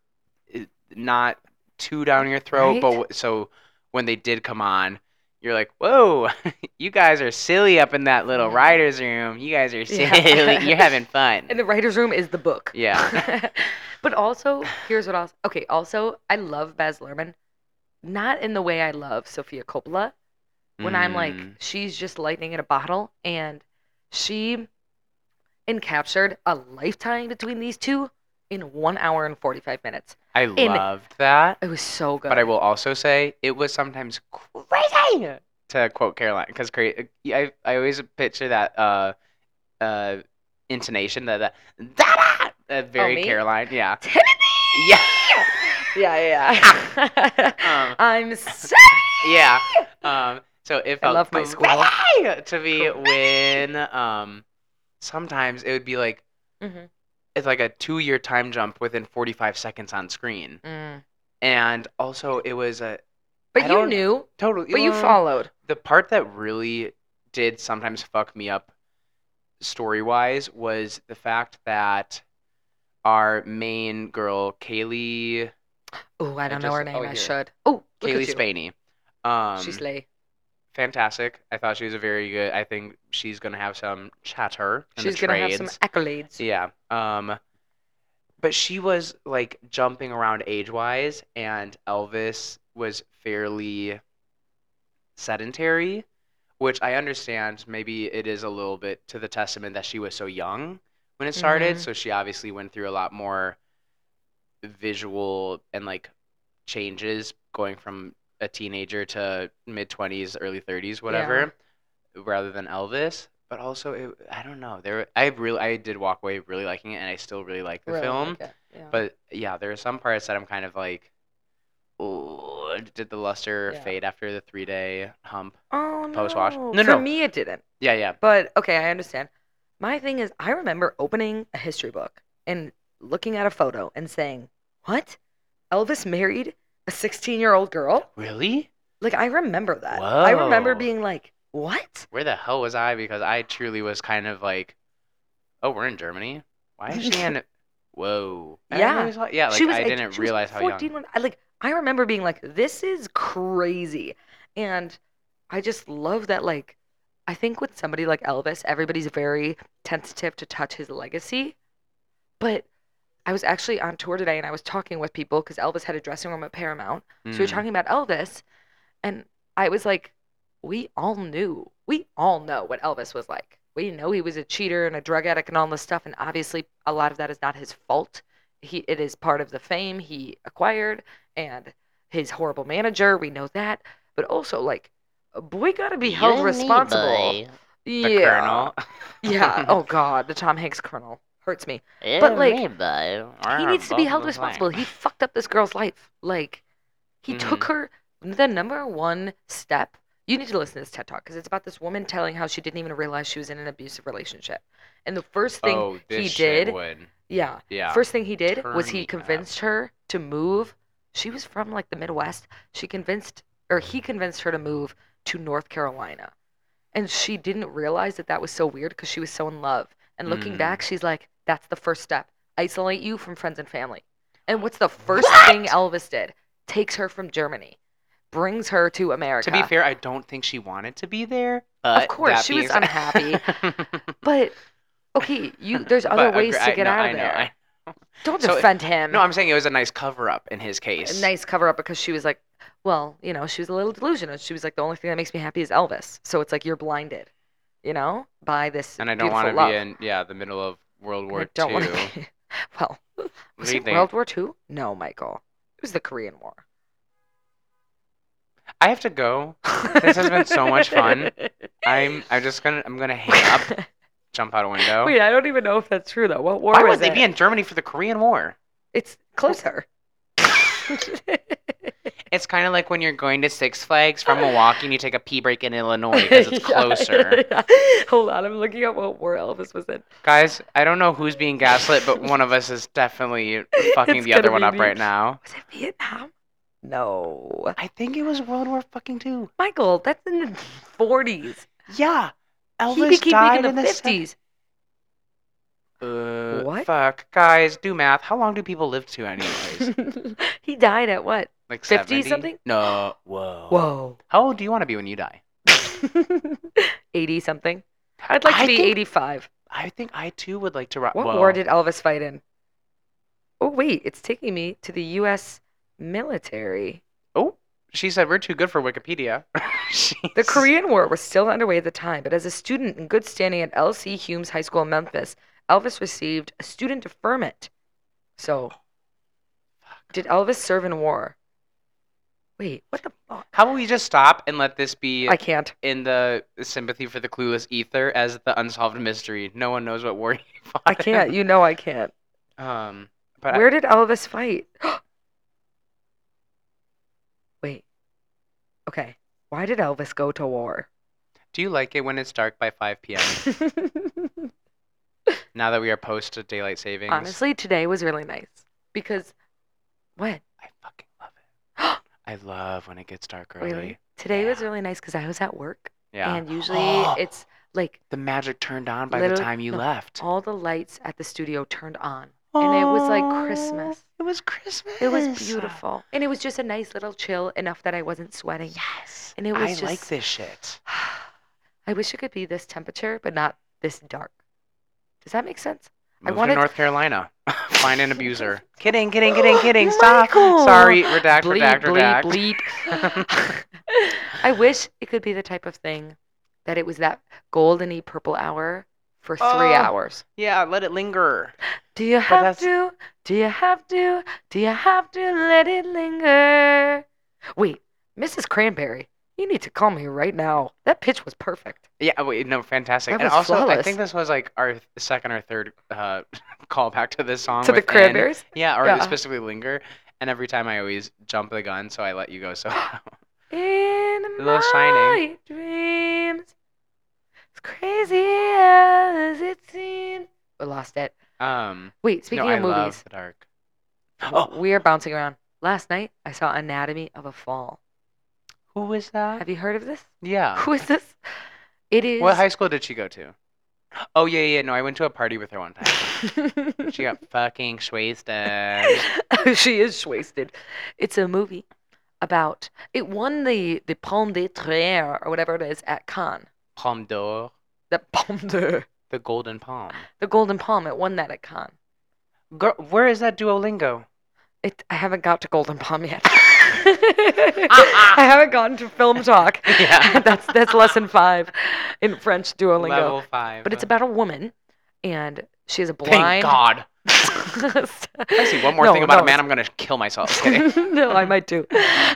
[SPEAKER 3] uh, not too down your throat
[SPEAKER 4] Right?
[SPEAKER 3] but w- so when they did come on you're like whoa [LAUGHS] you guys are silly up in that little
[SPEAKER 4] Mhm.
[SPEAKER 3] writers room you guys are silly
[SPEAKER 4] Yeah. [LAUGHS]
[SPEAKER 3] you're having fun
[SPEAKER 4] and the writer's room is the book
[SPEAKER 3] [LAUGHS] Yeah. [LAUGHS]
[SPEAKER 4] but also here's what else okay also i love baz luhrmann not in the way i love sophia coppola [LAUGHS] when I'm like,
[SPEAKER 3] Mm.
[SPEAKER 4] she's just lightning in a bottle. And she encaptured a lifetime between these two in one hour and 45 minutes.
[SPEAKER 3] I loved that,
[SPEAKER 4] It was so good.
[SPEAKER 3] but I will also say it was sometimes crazy to quote Caroline because cra- eh, I I always picture that uh uh intonation that that da uh, very
[SPEAKER 4] Oh, me?
[SPEAKER 3] Caroline yeah
[SPEAKER 4] [LAUGHS] Timothy!
[SPEAKER 3] yeah
[SPEAKER 4] Yeah, yeah, [LAUGHS] yeah.
[SPEAKER 3] um,
[SPEAKER 4] Uh. I'm so.
[SPEAKER 3] yeah um so it felt
[SPEAKER 4] love my squirrel.
[SPEAKER 3] crazy to me
[SPEAKER 4] Cool.
[SPEAKER 3] when um sometimes it would be like
[SPEAKER 4] Mhm.
[SPEAKER 3] it's like a two year time jump within forty five seconds on screen
[SPEAKER 4] Mm.
[SPEAKER 3] and also it was a I
[SPEAKER 4] But you
[SPEAKER 3] don't-
[SPEAKER 4] knew,
[SPEAKER 3] totally
[SPEAKER 4] but you
[SPEAKER 3] um,
[SPEAKER 4] followed.
[SPEAKER 3] the part that really did sometimes fuck me up story wise was the fact that our main girl Kaylee
[SPEAKER 4] Oh, I don't know
[SPEAKER 3] just-
[SPEAKER 4] her name.
[SPEAKER 3] oh,
[SPEAKER 4] I
[SPEAKER 3] here.
[SPEAKER 4] should. Oh, look
[SPEAKER 3] Kaylee
[SPEAKER 4] at you.
[SPEAKER 3] Spaney. Um,
[SPEAKER 4] She's lay.
[SPEAKER 3] fantastic. I thought she was a very good. I think she's gonna have some chatter. In
[SPEAKER 4] She's
[SPEAKER 3] the
[SPEAKER 4] gonna have
[SPEAKER 3] trades.
[SPEAKER 4] some accolades.
[SPEAKER 3] Yeah. Um, but she was like jumping around age wise, and Elvis was fairly sedentary, which I understand. Maybe it is a little bit to the testament that she was so young when it started.
[SPEAKER 4] Mhm.
[SPEAKER 3] So she obviously went through a lot more visual and like changes going from a teenager to mid 20s, early 30s, whatever, rather than Elvis. But also, it, I don't know. There, I really, I did walk away really liking it, and I still really like the
[SPEAKER 4] Really
[SPEAKER 3] film.
[SPEAKER 4] like it, yeah.
[SPEAKER 3] But yeah, there are some parts that I'm kind of like, oh, did the luster
[SPEAKER 4] Yeah.
[SPEAKER 3] fade after the three day hump?
[SPEAKER 4] Oh no.
[SPEAKER 3] Post wash?
[SPEAKER 4] No,
[SPEAKER 3] No,
[SPEAKER 4] For
[SPEAKER 3] no.
[SPEAKER 4] me, it didn't.
[SPEAKER 3] Yeah, yeah.
[SPEAKER 4] But okay, I understand. My thing is, I remember opening a history book and looking at a photo and saying, "What? Elvis married a 16-year-old girl?"
[SPEAKER 3] Really?
[SPEAKER 4] Like I remember that. I remember
[SPEAKER 3] Whoa.
[SPEAKER 4] being like, "What?"
[SPEAKER 3] Where the hell was I? Because I truly was kind of like, oh, we're in Germany. Why is she
[SPEAKER 4] [LAUGHS]
[SPEAKER 3] in? Whoa. I
[SPEAKER 4] Yeah.
[SPEAKER 3] always thought- yeah. Like
[SPEAKER 4] she was
[SPEAKER 3] I
[SPEAKER 4] a-
[SPEAKER 3] didn't
[SPEAKER 4] she was
[SPEAKER 3] realize how
[SPEAKER 4] 14
[SPEAKER 3] young.
[SPEAKER 4] when- I, like I remember being like, "This is crazy," and I just love that. Like, I think with somebody like Elvis, everybody's very tentative to touch his legacy. But I was actually on tour today, and I was talking with people because Elvis had a dressing room at Paramount, so we were
[SPEAKER 3] Mm.
[SPEAKER 4] talking about Elvis, and I was like, "We all knew, we all know what Elvis was like. We know he was a cheater and a drug addict and all this stuff, and obviously a lot of that is not his fault." he it is part of the fame he acquired and his horrible manager we know that but also like boy gotta be held responsible
[SPEAKER 3] The
[SPEAKER 4] yeah
[SPEAKER 3] colonel. [LAUGHS]
[SPEAKER 4] yeah oh god the tom hanks colonel hurts me But, like, he needs to be held responsible he fucked up this girl's life like he took her the number one step you need to listen to this ted talk because it's about this woman telling how she didn't even realize she was in an abusive relationship and the first thing
[SPEAKER 3] oh, this
[SPEAKER 4] he
[SPEAKER 3] shit
[SPEAKER 4] did
[SPEAKER 3] would.
[SPEAKER 4] yeah
[SPEAKER 3] Yeah.
[SPEAKER 4] First thing he did was
[SPEAKER 3] Turn me
[SPEAKER 4] he
[SPEAKER 3] up.
[SPEAKER 4] convinced her to move. She was from like the Midwest. She convinced, or he convinced her to move to North Carolina. And she didn't realize that that was so weird because she was so in love. And looking
[SPEAKER 3] Mm.
[SPEAKER 4] back, she's like, that's the first step isolate you from friends and family. And what's the first thing Elvis did? Takes her from Germany, brings her to America.
[SPEAKER 3] to be fair, I don't think she wanted to be there. But
[SPEAKER 4] course,
[SPEAKER 3] that
[SPEAKER 4] she was
[SPEAKER 3] being said- [LAUGHS]
[SPEAKER 4] unhappy. But okay, you there's
[SPEAKER 3] But
[SPEAKER 4] other
[SPEAKER 3] agree-
[SPEAKER 4] ways
[SPEAKER 3] I-
[SPEAKER 4] to get
[SPEAKER 3] no,
[SPEAKER 4] out of
[SPEAKER 3] I know,
[SPEAKER 4] there.
[SPEAKER 3] I-
[SPEAKER 4] Don't
[SPEAKER 3] So-
[SPEAKER 4] defend him.
[SPEAKER 3] [LAUGHS] no, I'm saying it was a nice cover up in his
[SPEAKER 4] a
[SPEAKER 3] case.
[SPEAKER 4] nice cover up because she was like, well, you know, she was a little delusional. She was like, the only thing that makes me happy is Elvis. So it's like you're blinded, you know, by this.
[SPEAKER 3] and I don't
[SPEAKER 4] want to
[SPEAKER 3] be in yeah the middle of World War
[SPEAKER 4] I don't
[SPEAKER 3] II.
[SPEAKER 4] wanna be- [LAUGHS] well,
[SPEAKER 3] What
[SPEAKER 4] was
[SPEAKER 3] do you
[SPEAKER 4] it
[SPEAKER 3] think?
[SPEAKER 4] World War Two? No, Michael. It was the Korean War.
[SPEAKER 3] I have to go. This has been so much
[SPEAKER 4] [LAUGHS]
[SPEAKER 3] fun. I'm I'm just gonna I'm gonna hang up, jump out a window.
[SPEAKER 4] Wait, I don't even know if that's true though. What war
[SPEAKER 3] Why
[SPEAKER 4] was
[SPEAKER 3] would they
[SPEAKER 4] it?
[SPEAKER 3] be in Germany for the Korean War?
[SPEAKER 4] It's closer.
[SPEAKER 3] It's kind of like when you're going to Six Flags from Milwaukee and you take a pee break in Illinois because it's
[SPEAKER 4] [LAUGHS] Yeah,
[SPEAKER 3] closer.
[SPEAKER 4] yeah. Hold on, I'm looking up what war Elvis was in.
[SPEAKER 3] Guys, I don't know who's being gaslit, but one of us is
[SPEAKER 4] [LAUGHS]
[SPEAKER 3] definitely fucking
[SPEAKER 4] It's
[SPEAKER 3] the other one
[SPEAKER 4] gonna be
[SPEAKER 3] up
[SPEAKER 4] me.
[SPEAKER 3] right now.
[SPEAKER 4] Was it Vietnam? No.
[SPEAKER 3] I think it was World War fucking
[SPEAKER 4] [GASPS]
[SPEAKER 3] two.
[SPEAKER 4] Michael, that's in the 40s.
[SPEAKER 3] Yeah, Elvis
[SPEAKER 4] he became
[SPEAKER 3] died
[SPEAKER 4] big in the
[SPEAKER 3] se-
[SPEAKER 4] 50s.
[SPEAKER 3] Uh,
[SPEAKER 4] What?
[SPEAKER 3] Fuck, guys, do math. How long do people live to,
[SPEAKER 4] [LAUGHS]
[SPEAKER 3] anyways?
[SPEAKER 4] he died at what?
[SPEAKER 3] like
[SPEAKER 4] 50
[SPEAKER 3] 70?
[SPEAKER 4] something?
[SPEAKER 3] No. Whoa.
[SPEAKER 4] [LAUGHS] Whoa.
[SPEAKER 3] How old do you want to be when you die?
[SPEAKER 4] 80 something. I'd like to
[SPEAKER 3] I
[SPEAKER 4] be
[SPEAKER 3] think-
[SPEAKER 4] 85.
[SPEAKER 3] I think I too would like to rock.
[SPEAKER 4] What
[SPEAKER 3] Whoa.
[SPEAKER 4] war did Elvis fight in? Oh, wait, it's taking me to the U.S. military.
[SPEAKER 3] Oh, she said we're too good for Wikipedia. [LAUGHS]
[SPEAKER 4] The
[SPEAKER 3] Jeez.
[SPEAKER 4] Korean War was still underway at the time, but as a student in good standing at L.C. Humes High School in Memphis, Elvis received a student deferment. So, did Elvis serve in war? Wait, what the fuck?
[SPEAKER 3] How about we just stop and let this be
[SPEAKER 4] I can't.
[SPEAKER 3] in the sympathy for the clueless ether as the unsolved mystery? No one knows what war he [LAUGHS] fought.
[SPEAKER 4] I can't. You know I can't.
[SPEAKER 3] in. Um, but
[SPEAKER 4] Where did Elvis fight? [GASPS] Wait. Okay. Why did Elvis go to war?
[SPEAKER 3] I, do you like it when it's dark by 5
[SPEAKER 4] [LAUGHS]
[SPEAKER 3] p.m. now that we are post to daylight savings?
[SPEAKER 4] Honestly, today was really nice because what?
[SPEAKER 3] I fucking love
[SPEAKER 4] [GASPS]
[SPEAKER 3] it. I love when it gets dark early.
[SPEAKER 4] Really? Today was
[SPEAKER 3] Yeah.
[SPEAKER 4] really nice because I was at work
[SPEAKER 3] Yeah.
[SPEAKER 4] and usually
[SPEAKER 3] [GASPS]
[SPEAKER 4] it's like
[SPEAKER 3] the magic turned on by the
[SPEAKER 4] Literally-
[SPEAKER 3] time you
[SPEAKER 4] no.
[SPEAKER 3] left.
[SPEAKER 4] all the lights at the studio turned on and it was like Christmas.
[SPEAKER 3] It was Christmas.
[SPEAKER 4] It was beautiful. And it was just a nice little chill enough that I wasn't sweating.
[SPEAKER 3] Yes.
[SPEAKER 4] And it
[SPEAKER 3] I
[SPEAKER 4] was
[SPEAKER 3] like
[SPEAKER 4] just-
[SPEAKER 3] this shit.
[SPEAKER 4] [SIGHS] I wish it could be this temperature, but not this dark. Does that make sense? I
[SPEAKER 3] Move
[SPEAKER 4] wanted-
[SPEAKER 3] to North Carolina. [LAUGHS] Find an
[SPEAKER 4] [LAUGHS]
[SPEAKER 3] abuser. kidding, kidding, kidding, kidding. Stop.
[SPEAKER 4] Michael!
[SPEAKER 3] Sorry. Redact, redact, redact.
[SPEAKER 4] bleep, bleep.
[SPEAKER 3] [LAUGHS]
[SPEAKER 4] [LAUGHS] I wish it could be the type of thing that it was that goldeny purple hour for three
[SPEAKER 3] Oh.
[SPEAKER 4] hours.
[SPEAKER 3] Yeah, let it linger.
[SPEAKER 4] Do you
[SPEAKER 3] that's-
[SPEAKER 4] have to? Do you have to? Do you have to let it linger? Wait, Mrs. Cranberry, you need to call me right now. That pitch was perfect.
[SPEAKER 3] Yeah, oh, wait, no, fantastic.
[SPEAKER 4] That
[SPEAKER 3] and
[SPEAKER 4] was
[SPEAKER 3] also, I
[SPEAKER 4] flawless.
[SPEAKER 3] think this was like our th- second or third uh, [LAUGHS] callback to this song.
[SPEAKER 4] to the
[SPEAKER 3] with Ann.
[SPEAKER 4] Cranberries?
[SPEAKER 3] Yeah, or
[SPEAKER 4] Yeah.
[SPEAKER 3] specifically linger. And every time I always jump the gun, so I let you go. So [LAUGHS]
[SPEAKER 4] In
[SPEAKER 3] Little Shining.
[SPEAKER 4] my dreams, it's crazy as it seems. We lost it.
[SPEAKER 3] um,
[SPEAKER 4] Wait, speaking
[SPEAKER 3] no, I
[SPEAKER 4] of movies,
[SPEAKER 3] love the dark. Oh,
[SPEAKER 4] we are bouncing around. Last night, I saw Anatomy of a Fall.
[SPEAKER 3] who is that?
[SPEAKER 4] Have you heard of this?
[SPEAKER 3] Yeah.
[SPEAKER 4] Who is this? It is.
[SPEAKER 3] Uh. What high
[SPEAKER 4] [LAUGHS]
[SPEAKER 3] school did she go to? Oh yeah, yeah. No, I went to a party with her one time.
[SPEAKER 4] [LAUGHS]
[SPEAKER 3] she got fucking swasted.
[SPEAKER 4] [LAUGHS] she is wasted. It's a movie about. It won the the Palme de Terre or whatever it is at Cannes.
[SPEAKER 3] Palme d'or,
[SPEAKER 4] The Palme de
[SPEAKER 3] the golden palm.
[SPEAKER 4] the Golden Palm. It won that at Cannes.
[SPEAKER 3] Girl, where is that Duolingo?
[SPEAKER 4] It, I haven't got to Golden Palm yet. [LAUGHS]
[SPEAKER 3] Ah,
[SPEAKER 4] I haven't gotten to film talk.
[SPEAKER 3] [LAUGHS] [LAUGHS] Yeah.
[SPEAKER 4] [LAUGHS] that's that's lesson five in French Duolingo.
[SPEAKER 3] Level five.
[SPEAKER 4] But it's about a woman, and she is a
[SPEAKER 3] Thank
[SPEAKER 4] blind. [LAUGHS]
[SPEAKER 3] God. I see one more
[SPEAKER 4] No,
[SPEAKER 3] thing about
[SPEAKER 4] no,
[SPEAKER 3] a man. I'm gonna kill
[SPEAKER 4] [LAUGHS]
[SPEAKER 3] myself. Okay.
[SPEAKER 4] no, I might do.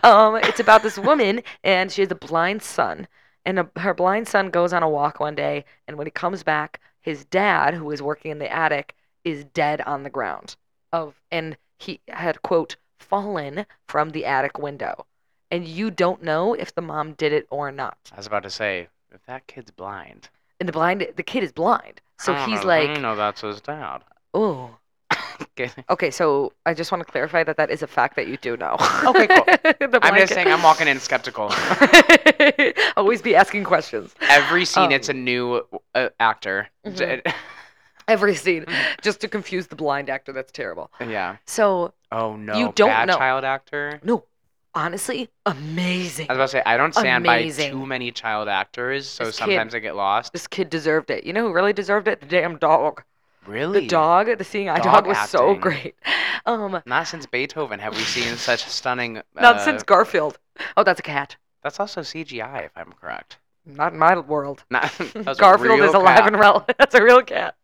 [SPEAKER 4] Um, it's about this woman, and she has a blind son. And a, her blind son goes on a walk one day, and when he comes back, his dad, who is working in the attic, is dead on the ground. Of and he had quote fallen from the attic window, and you don't know if the mom did it or not.
[SPEAKER 3] I was about to say, if that kid's blind,
[SPEAKER 4] And the blind, the kid is blind, so
[SPEAKER 3] Oh, I
[SPEAKER 4] he's
[SPEAKER 3] don't
[SPEAKER 4] like,
[SPEAKER 3] know that's his dad.
[SPEAKER 4] oh.
[SPEAKER 3] Okay.
[SPEAKER 4] [LAUGHS] Okay, so I just want to clarify that that is a fact that you do know.
[SPEAKER 3] Okay, cool.
[SPEAKER 4] [LAUGHS] The
[SPEAKER 3] I'm
[SPEAKER 4] blind
[SPEAKER 3] just
[SPEAKER 4] kid-
[SPEAKER 3] saying, I'm walking in skeptical.
[SPEAKER 4] [LAUGHS] Always be asking questions.
[SPEAKER 3] Every scene,
[SPEAKER 4] Um,
[SPEAKER 3] it's a new uh, actor.
[SPEAKER 4] Mhm. Every scene,
[SPEAKER 3] Mm.
[SPEAKER 4] just to confuse the blind actor. That's terrible.
[SPEAKER 3] [LAUGHS] yeah.
[SPEAKER 4] So,
[SPEAKER 3] Oh no.
[SPEAKER 4] don't
[SPEAKER 3] bad
[SPEAKER 4] know.
[SPEAKER 3] child actor.
[SPEAKER 4] no, honestly, amazing.
[SPEAKER 3] I was about to say, I don't stand by
[SPEAKER 4] Amazing.
[SPEAKER 3] too many child actors, so
[SPEAKER 4] This kid-
[SPEAKER 3] sometimes I get lost.
[SPEAKER 4] This kid deserved it. You know who really deserved it? The damn dog.
[SPEAKER 3] Really?
[SPEAKER 4] The dog, the seeing eye
[SPEAKER 3] Dog
[SPEAKER 4] dog was so
[SPEAKER 3] acting.
[SPEAKER 4] great. [LAUGHS] Um,
[SPEAKER 3] Not since Beethoven have we
[SPEAKER 4] [LAUGHS]
[SPEAKER 3] seen such stunning.
[SPEAKER 4] not
[SPEAKER 3] uh,
[SPEAKER 4] since Garfield. Oh, that's a cat.
[SPEAKER 3] That's also CGI, if I'm correct. [LAUGHS]
[SPEAKER 4] Not in my world.
[SPEAKER 3] Not, [LAUGHS]
[SPEAKER 4] [LAUGHS]
[SPEAKER 3] that was a
[SPEAKER 4] Garfield
[SPEAKER 3] real
[SPEAKER 4] is alive
[SPEAKER 3] cat.
[SPEAKER 4] and well. [LAUGHS] That's a real cat.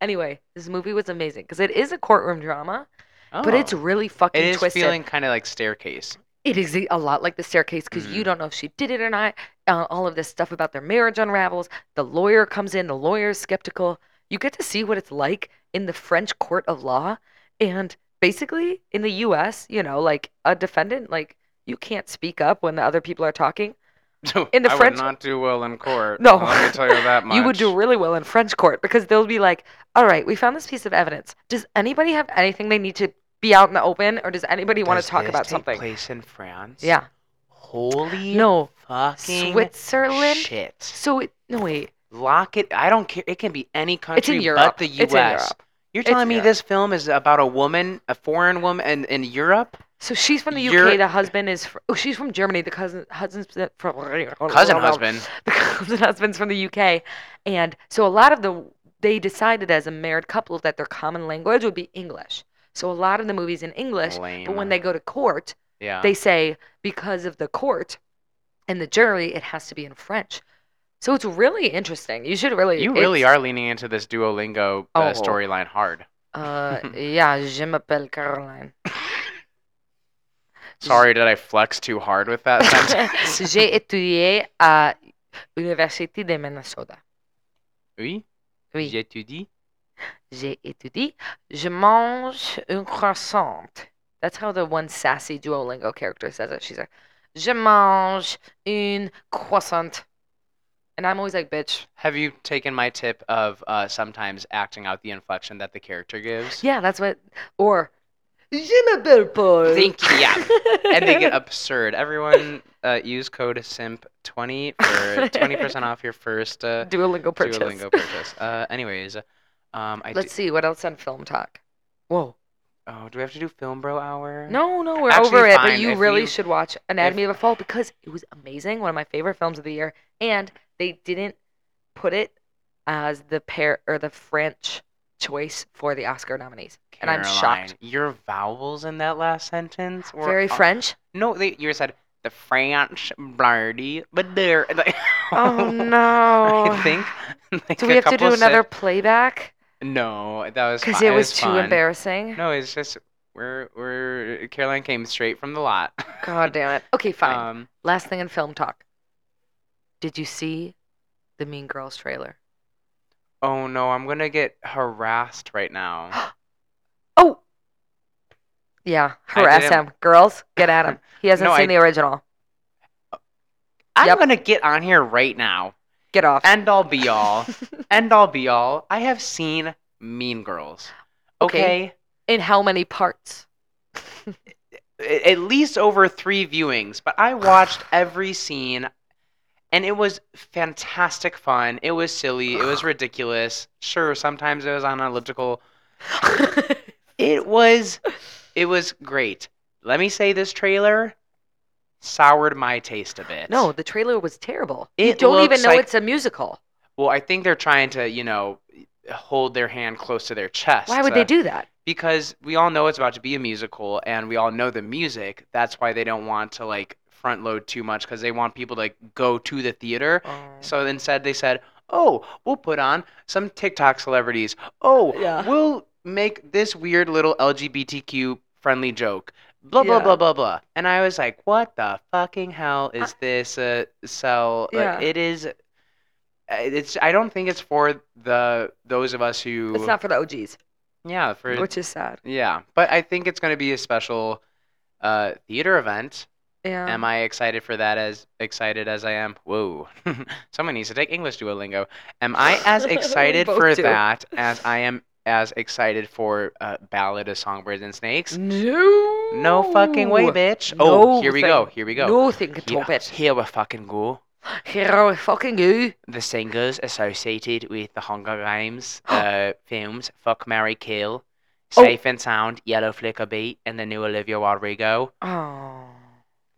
[SPEAKER 4] Anyway, this movie was amazing because it is a courtroom drama, but it's
[SPEAKER 3] Oh.
[SPEAKER 4] really fucking
[SPEAKER 3] It is
[SPEAKER 4] twisted.
[SPEAKER 3] feeling kind of like staircase. [LAUGHS]
[SPEAKER 4] it is a lot like the staircase because
[SPEAKER 3] Mm-hmm.
[SPEAKER 4] you don't know if she did it or not. Uh, all of this stuff about their marriage unravels. The lawyer comes in. The lawyer's skeptical. You get to see what it's like in the French court of law, and basically in the U.S., you know, like a defendant, like you can't speak up when the other people are talking. In the
[SPEAKER 3] I
[SPEAKER 4] French-
[SPEAKER 3] would not do well in court.
[SPEAKER 4] No.
[SPEAKER 3] let me tell you that much.
[SPEAKER 4] [LAUGHS] You would do really well in French court because they'll be like, all right, we found this piece of evidence. Does anybody have anything they need to be out in the open or does anybody want to
[SPEAKER 3] Does
[SPEAKER 4] talk
[SPEAKER 3] this
[SPEAKER 4] about
[SPEAKER 3] take
[SPEAKER 4] something?
[SPEAKER 3] Place in France.
[SPEAKER 4] Yeah.
[SPEAKER 3] Holy
[SPEAKER 4] No.
[SPEAKER 3] fucking
[SPEAKER 4] Switzerland.
[SPEAKER 3] shit.
[SPEAKER 4] So it, no wait.
[SPEAKER 3] Lock it. I don't care. It can be any country
[SPEAKER 4] Europe.
[SPEAKER 3] but the U.S.
[SPEAKER 4] It's in Europe.
[SPEAKER 3] You're
[SPEAKER 4] It's
[SPEAKER 3] telling
[SPEAKER 4] in
[SPEAKER 3] me
[SPEAKER 4] Europe.
[SPEAKER 3] this film is about a woman, a foreign woman, in, in Europe?
[SPEAKER 4] So she's from the UK.
[SPEAKER 3] You're-
[SPEAKER 4] The husband is. Fr- oh, she's from Germany. The cousin husband's from [LAUGHS]
[SPEAKER 3] Cousin husband.
[SPEAKER 4] The cousin husband's from the UK, and so a lot of the they decided as a married couple that their common language would be English. So a lot of the movies in English, but when
[SPEAKER 3] Lame.
[SPEAKER 4] they go to court,
[SPEAKER 3] Yeah.
[SPEAKER 4] they say because of the court and the jury, it has to be in French. So it's really interesting. You should really.
[SPEAKER 3] you really
[SPEAKER 4] it's-
[SPEAKER 3] are leaning into this Duolingo uh,
[SPEAKER 4] Oh.
[SPEAKER 3] storyline hard.
[SPEAKER 4] Uh,
[SPEAKER 3] [LAUGHS]
[SPEAKER 4] yeah, je m'appelle Caroline.
[SPEAKER 3] Sorry, did I flex too hard with that
[SPEAKER 4] [LAUGHS]
[SPEAKER 3] sentence? [LAUGHS]
[SPEAKER 4] J'ai étudié à l'université de Minnesota.
[SPEAKER 3] oui.
[SPEAKER 4] Oui.
[SPEAKER 3] J'étudie.
[SPEAKER 4] J'ai étudié. Je mange un croissant. That's how the one sassy Duolingo character says it. She's like, Je mange un croissant. And I'm always like, bitch.
[SPEAKER 3] Have you taken my tip of uh, sometimes acting out the inflection that the character gives?
[SPEAKER 4] Yeah, that's what. Or, Je m'appelle Paul.
[SPEAKER 3] Thank you. Yeah. and they
[SPEAKER 4] [LAUGHS]
[SPEAKER 3] get absurd. Everyone uh, use code SIMP20
[SPEAKER 4] [LAUGHS]
[SPEAKER 3] for 20% off your first uh,
[SPEAKER 4] Duolingo purchase.
[SPEAKER 3] Duolingo purchase. Uh, anyways, um, I
[SPEAKER 4] Let's
[SPEAKER 3] do,
[SPEAKER 4] see what else on film talk. Whoa.
[SPEAKER 3] oh, do we have to do Film Bro Hour?
[SPEAKER 4] No, no, we're
[SPEAKER 3] Actually,
[SPEAKER 4] over it. But
[SPEAKER 3] fine,
[SPEAKER 4] you
[SPEAKER 3] if
[SPEAKER 4] really
[SPEAKER 3] you-
[SPEAKER 4] should watch Anatomy of a Fall because it was amazing. One of my favorite films of the year, and they didn't put it as the pair or the French choice for the Oscar nominees, and I'm shocked.
[SPEAKER 3] Caroline, Your vowels in that last sentence were
[SPEAKER 4] Very
[SPEAKER 3] aw- [LAUGHS]
[SPEAKER 4] French.
[SPEAKER 3] No, they, you said the French blardy, but they're [LAUGHS] like,
[SPEAKER 4] Oh no.
[SPEAKER 3] [LAUGHS] I think. [LAUGHS] like,
[SPEAKER 4] Do we
[SPEAKER 3] a
[SPEAKER 4] have to do
[SPEAKER 3] couple sen-
[SPEAKER 4] another playback?
[SPEAKER 3] No, that was
[SPEAKER 4] Because
[SPEAKER 3] fi-
[SPEAKER 4] it was too
[SPEAKER 3] fun.
[SPEAKER 4] embarrassing.
[SPEAKER 3] No, it's just we're we're Caroline came straight from the lot. [LAUGHS]
[SPEAKER 4] God damn it. Okay, fine.
[SPEAKER 3] Um,
[SPEAKER 4] Last thing in film talk. Did you see the Mean Girls trailer?
[SPEAKER 3] Oh no, I'm gonna get harassed right now.
[SPEAKER 4] Oh, Yeah,
[SPEAKER 3] I
[SPEAKER 4] harass
[SPEAKER 3] didn't-
[SPEAKER 4] him. Girls, get at him. He
[SPEAKER 3] [LAUGHS]
[SPEAKER 4] hasn't
[SPEAKER 3] No,
[SPEAKER 4] seen
[SPEAKER 3] I-
[SPEAKER 4] the original.
[SPEAKER 3] [GASPS] I'm
[SPEAKER 4] Yep.
[SPEAKER 3] gonna get on here right now.
[SPEAKER 4] Get off.
[SPEAKER 3] End all be
[SPEAKER 4] [LAUGHS]
[SPEAKER 3] all. End all be all. I have seen Mean Girls.
[SPEAKER 4] Okay.
[SPEAKER 3] Okay.
[SPEAKER 4] In how many parts?
[SPEAKER 3] A- At least over three viewings, but I
[SPEAKER 4] [SIGHS]
[SPEAKER 3] watched every scene and it was fantastic fun. It was silly. It
[SPEAKER 4] [SIGHS]
[SPEAKER 3] was ridiculous. Sure, sometimes it was on an elliptical. It was it was great. Let me say this trailer soured my taste a bit.
[SPEAKER 4] [LAUGHS] no, the trailer was terrible. you
[SPEAKER 3] It
[SPEAKER 4] don't even
[SPEAKER 3] looks
[SPEAKER 4] know
[SPEAKER 3] like-
[SPEAKER 4] it's a musical.
[SPEAKER 3] Well, I think they're trying to, you know, hold their hand close to their chest.
[SPEAKER 4] Why would
[SPEAKER 3] uh,
[SPEAKER 4] they do that?
[SPEAKER 3] Because we all know it's about to be a musical, and we all know the music. That's why they don't want to like front load too much, because they want people to like go to the theater. So instead, they said, "Oh, we'll put on some TikTok celebrities. Oh,
[SPEAKER 4] Yeah.
[SPEAKER 3] we'll make this weird little LGBTQ friendly joke." Blah blah
[SPEAKER 4] Yeah.
[SPEAKER 3] blah blah blah. And I was like, "What the fucking hell is this uh, cell? like,
[SPEAKER 4] Yeah.
[SPEAKER 3] it is. uh, It's. I don't think it's for the those of us who.
[SPEAKER 4] It's not for the OGs,
[SPEAKER 3] yeah. For
[SPEAKER 4] which is sad.
[SPEAKER 3] yeah. But I think it's going to be a special uh, theater event.
[SPEAKER 4] Yeah.
[SPEAKER 3] Am I excited for that as excited as I am? Whoa. [LAUGHS] Someone needs to take English Duolingo. Am I
[SPEAKER 4] [LAUGHS]
[SPEAKER 3] as excited
[SPEAKER 4] Both
[SPEAKER 3] for
[SPEAKER 4] do.
[SPEAKER 3] that as I am as excited for uh, Ballad of Songbirds and Snakes?
[SPEAKER 4] No.
[SPEAKER 3] No fucking way, bitch. oh,
[SPEAKER 4] No
[SPEAKER 3] here we
[SPEAKER 4] thing.
[SPEAKER 3] go. Here we go.
[SPEAKER 4] Nothing can
[SPEAKER 3] Here-
[SPEAKER 4] top it.
[SPEAKER 3] Here we fucking go.
[SPEAKER 4] Here we fucking go.
[SPEAKER 3] The singers associated with the Hunger Games
[SPEAKER 4] [GASPS]
[SPEAKER 3] uh, films Fuck Mary Kill,
[SPEAKER 4] Oh.
[SPEAKER 3] Safe and Sound, Yellow Flicker Beat, and the new Olivia Rodrigo.
[SPEAKER 4] Oh.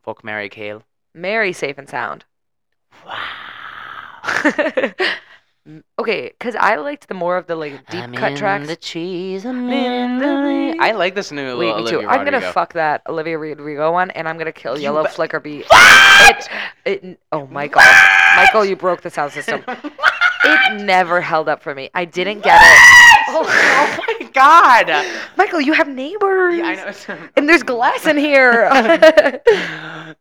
[SPEAKER 3] Fuck Mary Kill.
[SPEAKER 4] Mary, safe and sound.
[SPEAKER 3] Wow.
[SPEAKER 4] M- [LAUGHS] okay, because I liked the more of the like deep cut tracks.
[SPEAKER 1] cheese.
[SPEAKER 4] in the meat.
[SPEAKER 3] I like this new
[SPEAKER 4] Wait,
[SPEAKER 3] little
[SPEAKER 4] me too.
[SPEAKER 3] Olivia
[SPEAKER 4] I'm gonna
[SPEAKER 3] Rodrigo.
[SPEAKER 4] fuck that Olivia Rodrigo one, and I'm gonna kill
[SPEAKER 3] You
[SPEAKER 4] Yellow
[SPEAKER 3] ba-
[SPEAKER 4] Flicker Beat.
[SPEAKER 3] What?
[SPEAKER 4] It, it, oh, Michael, Michael, you broke the
[SPEAKER 3] [LAUGHS]
[SPEAKER 4] sound system. It never held up for me. I didn't get it. [LAUGHS]
[SPEAKER 3] Oh, my god!
[SPEAKER 4] Michael, you have neighbors,
[SPEAKER 3] I
[SPEAKER 4] and there's glass in
[SPEAKER 3] [LAUGHS]
[SPEAKER 4] here. [LAUGHS]
[SPEAKER 3] know.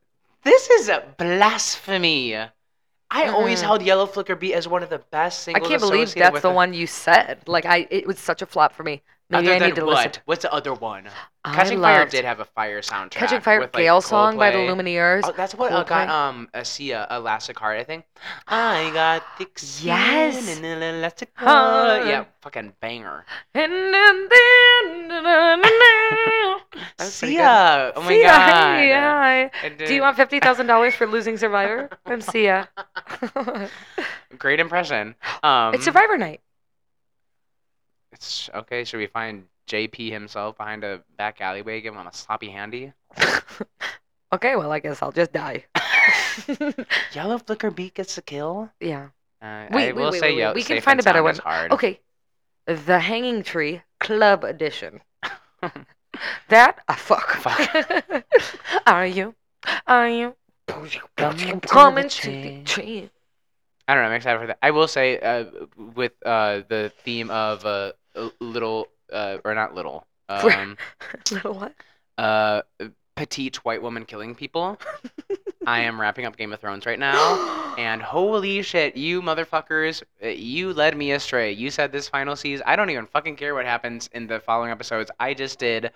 [SPEAKER 3] this is a blasphemy. I always
[SPEAKER 4] Mhm.
[SPEAKER 3] held Yellow Flicker Beat as one of the best
[SPEAKER 4] I
[SPEAKER 3] singles.
[SPEAKER 4] can't believe
[SPEAKER 3] associated
[SPEAKER 4] that's
[SPEAKER 3] with
[SPEAKER 4] the
[SPEAKER 3] it.
[SPEAKER 4] one you said. Like, I it was such a flop for me. Maybe
[SPEAKER 3] other
[SPEAKER 4] I need
[SPEAKER 3] than
[SPEAKER 4] to
[SPEAKER 3] what?
[SPEAKER 4] listen.
[SPEAKER 3] What's the other one?
[SPEAKER 4] I
[SPEAKER 3] Catching Fire
[SPEAKER 4] loved
[SPEAKER 3] did have a fire soundtrack.
[SPEAKER 4] Catching Fire
[SPEAKER 3] with, like,
[SPEAKER 4] Gale song by the
[SPEAKER 3] Coldplay.
[SPEAKER 4] Lumineers.
[SPEAKER 3] Oh, that's what uh, got
[SPEAKER 4] Coldplay.
[SPEAKER 3] um a Sia a Elastic Heart, I think. I got Dixie
[SPEAKER 4] Yes.
[SPEAKER 3] and an Elastic
[SPEAKER 4] Heart.
[SPEAKER 3] Heart. Yeah, fucking banger.
[SPEAKER 4] [LAUGHS] And then, then, na, na, na, na. That was pretty good.
[SPEAKER 3] Sia, [LAUGHS] oh my
[SPEAKER 4] Sia,
[SPEAKER 3] god.
[SPEAKER 4] hey, hi.
[SPEAKER 3] And,
[SPEAKER 4] Do you
[SPEAKER 3] uh,
[SPEAKER 4] want fifty thousand dollars for
[SPEAKER 3] [LAUGHS]
[SPEAKER 4] losing Survivor? I'm Sia.
[SPEAKER 3] Great impression. Um,
[SPEAKER 4] it's Survivor night. [LAUGHS]
[SPEAKER 3] it's- okay. Should we find JP himself behind a back alleyway, give him a sloppy handy?
[SPEAKER 4] Okay, well, I guess I'll
[SPEAKER 3] [LAUGHS]
[SPEAKER 4] just die. [LAUGHS]
[SPEAKER 3] Yellow flicker beat gets the kill.
[SPEAKER 4] yeah.
[SPEAKER 3] Uh,
[SPEAKER 4] Wait,
[SPEAKER 3] I
[SPEAKER 4] wait,
[SPEAKER 3] will
[SPEAKER 4] wait,
[SPEAKER 3] say
[SPEAKER 4] wait, wait,
[SPEAKER 3] yeah,
[SPEAKER 4] we can
[SPEAKER 3] Safe
[SPEAKER 4] find
[SPEAKER 3] and
[SPEAKER 4] a better
[SPEAKER 3] Sound
[SPEAKER 4] one.
[SPEAKER 3] is Hard.
[SPEAKER 4] Okay. The Hanging Tree Club Edition. [LAUGHS] that ah fuck.
[SPEAKER 3] Fuck.
[SPEAKER 4] [LAUGHS] Are you? Are you?
[SPEAKER 1] Coming to
[SPEAKER 4] Coming
[SPEAKER 1] the
[SPEAKER 4] to the
[SPEAKER 1] tree.
[SPEAKER 4] tree.
[SPEAKER 3] I don't know. I'm excited for that. I will say uh, with uh, the theme of uh, little uh, or not
[SPEAKER 4] [LAUGHS]
[SPEAKER 3] little. Um,
[SPEAKER 4] Little what?
[SPEAKER 3] uh, petite white woman killing
[SPEAKER 4] [LAUGHS]
[SPEAKER 3] people. I am wrapping up Game of Thrones right [GASPS] now. And holy shit, you motherfuckers, uh, you led me astray. You said this final season. I don't even fucking care what happens in the following episodes. I just did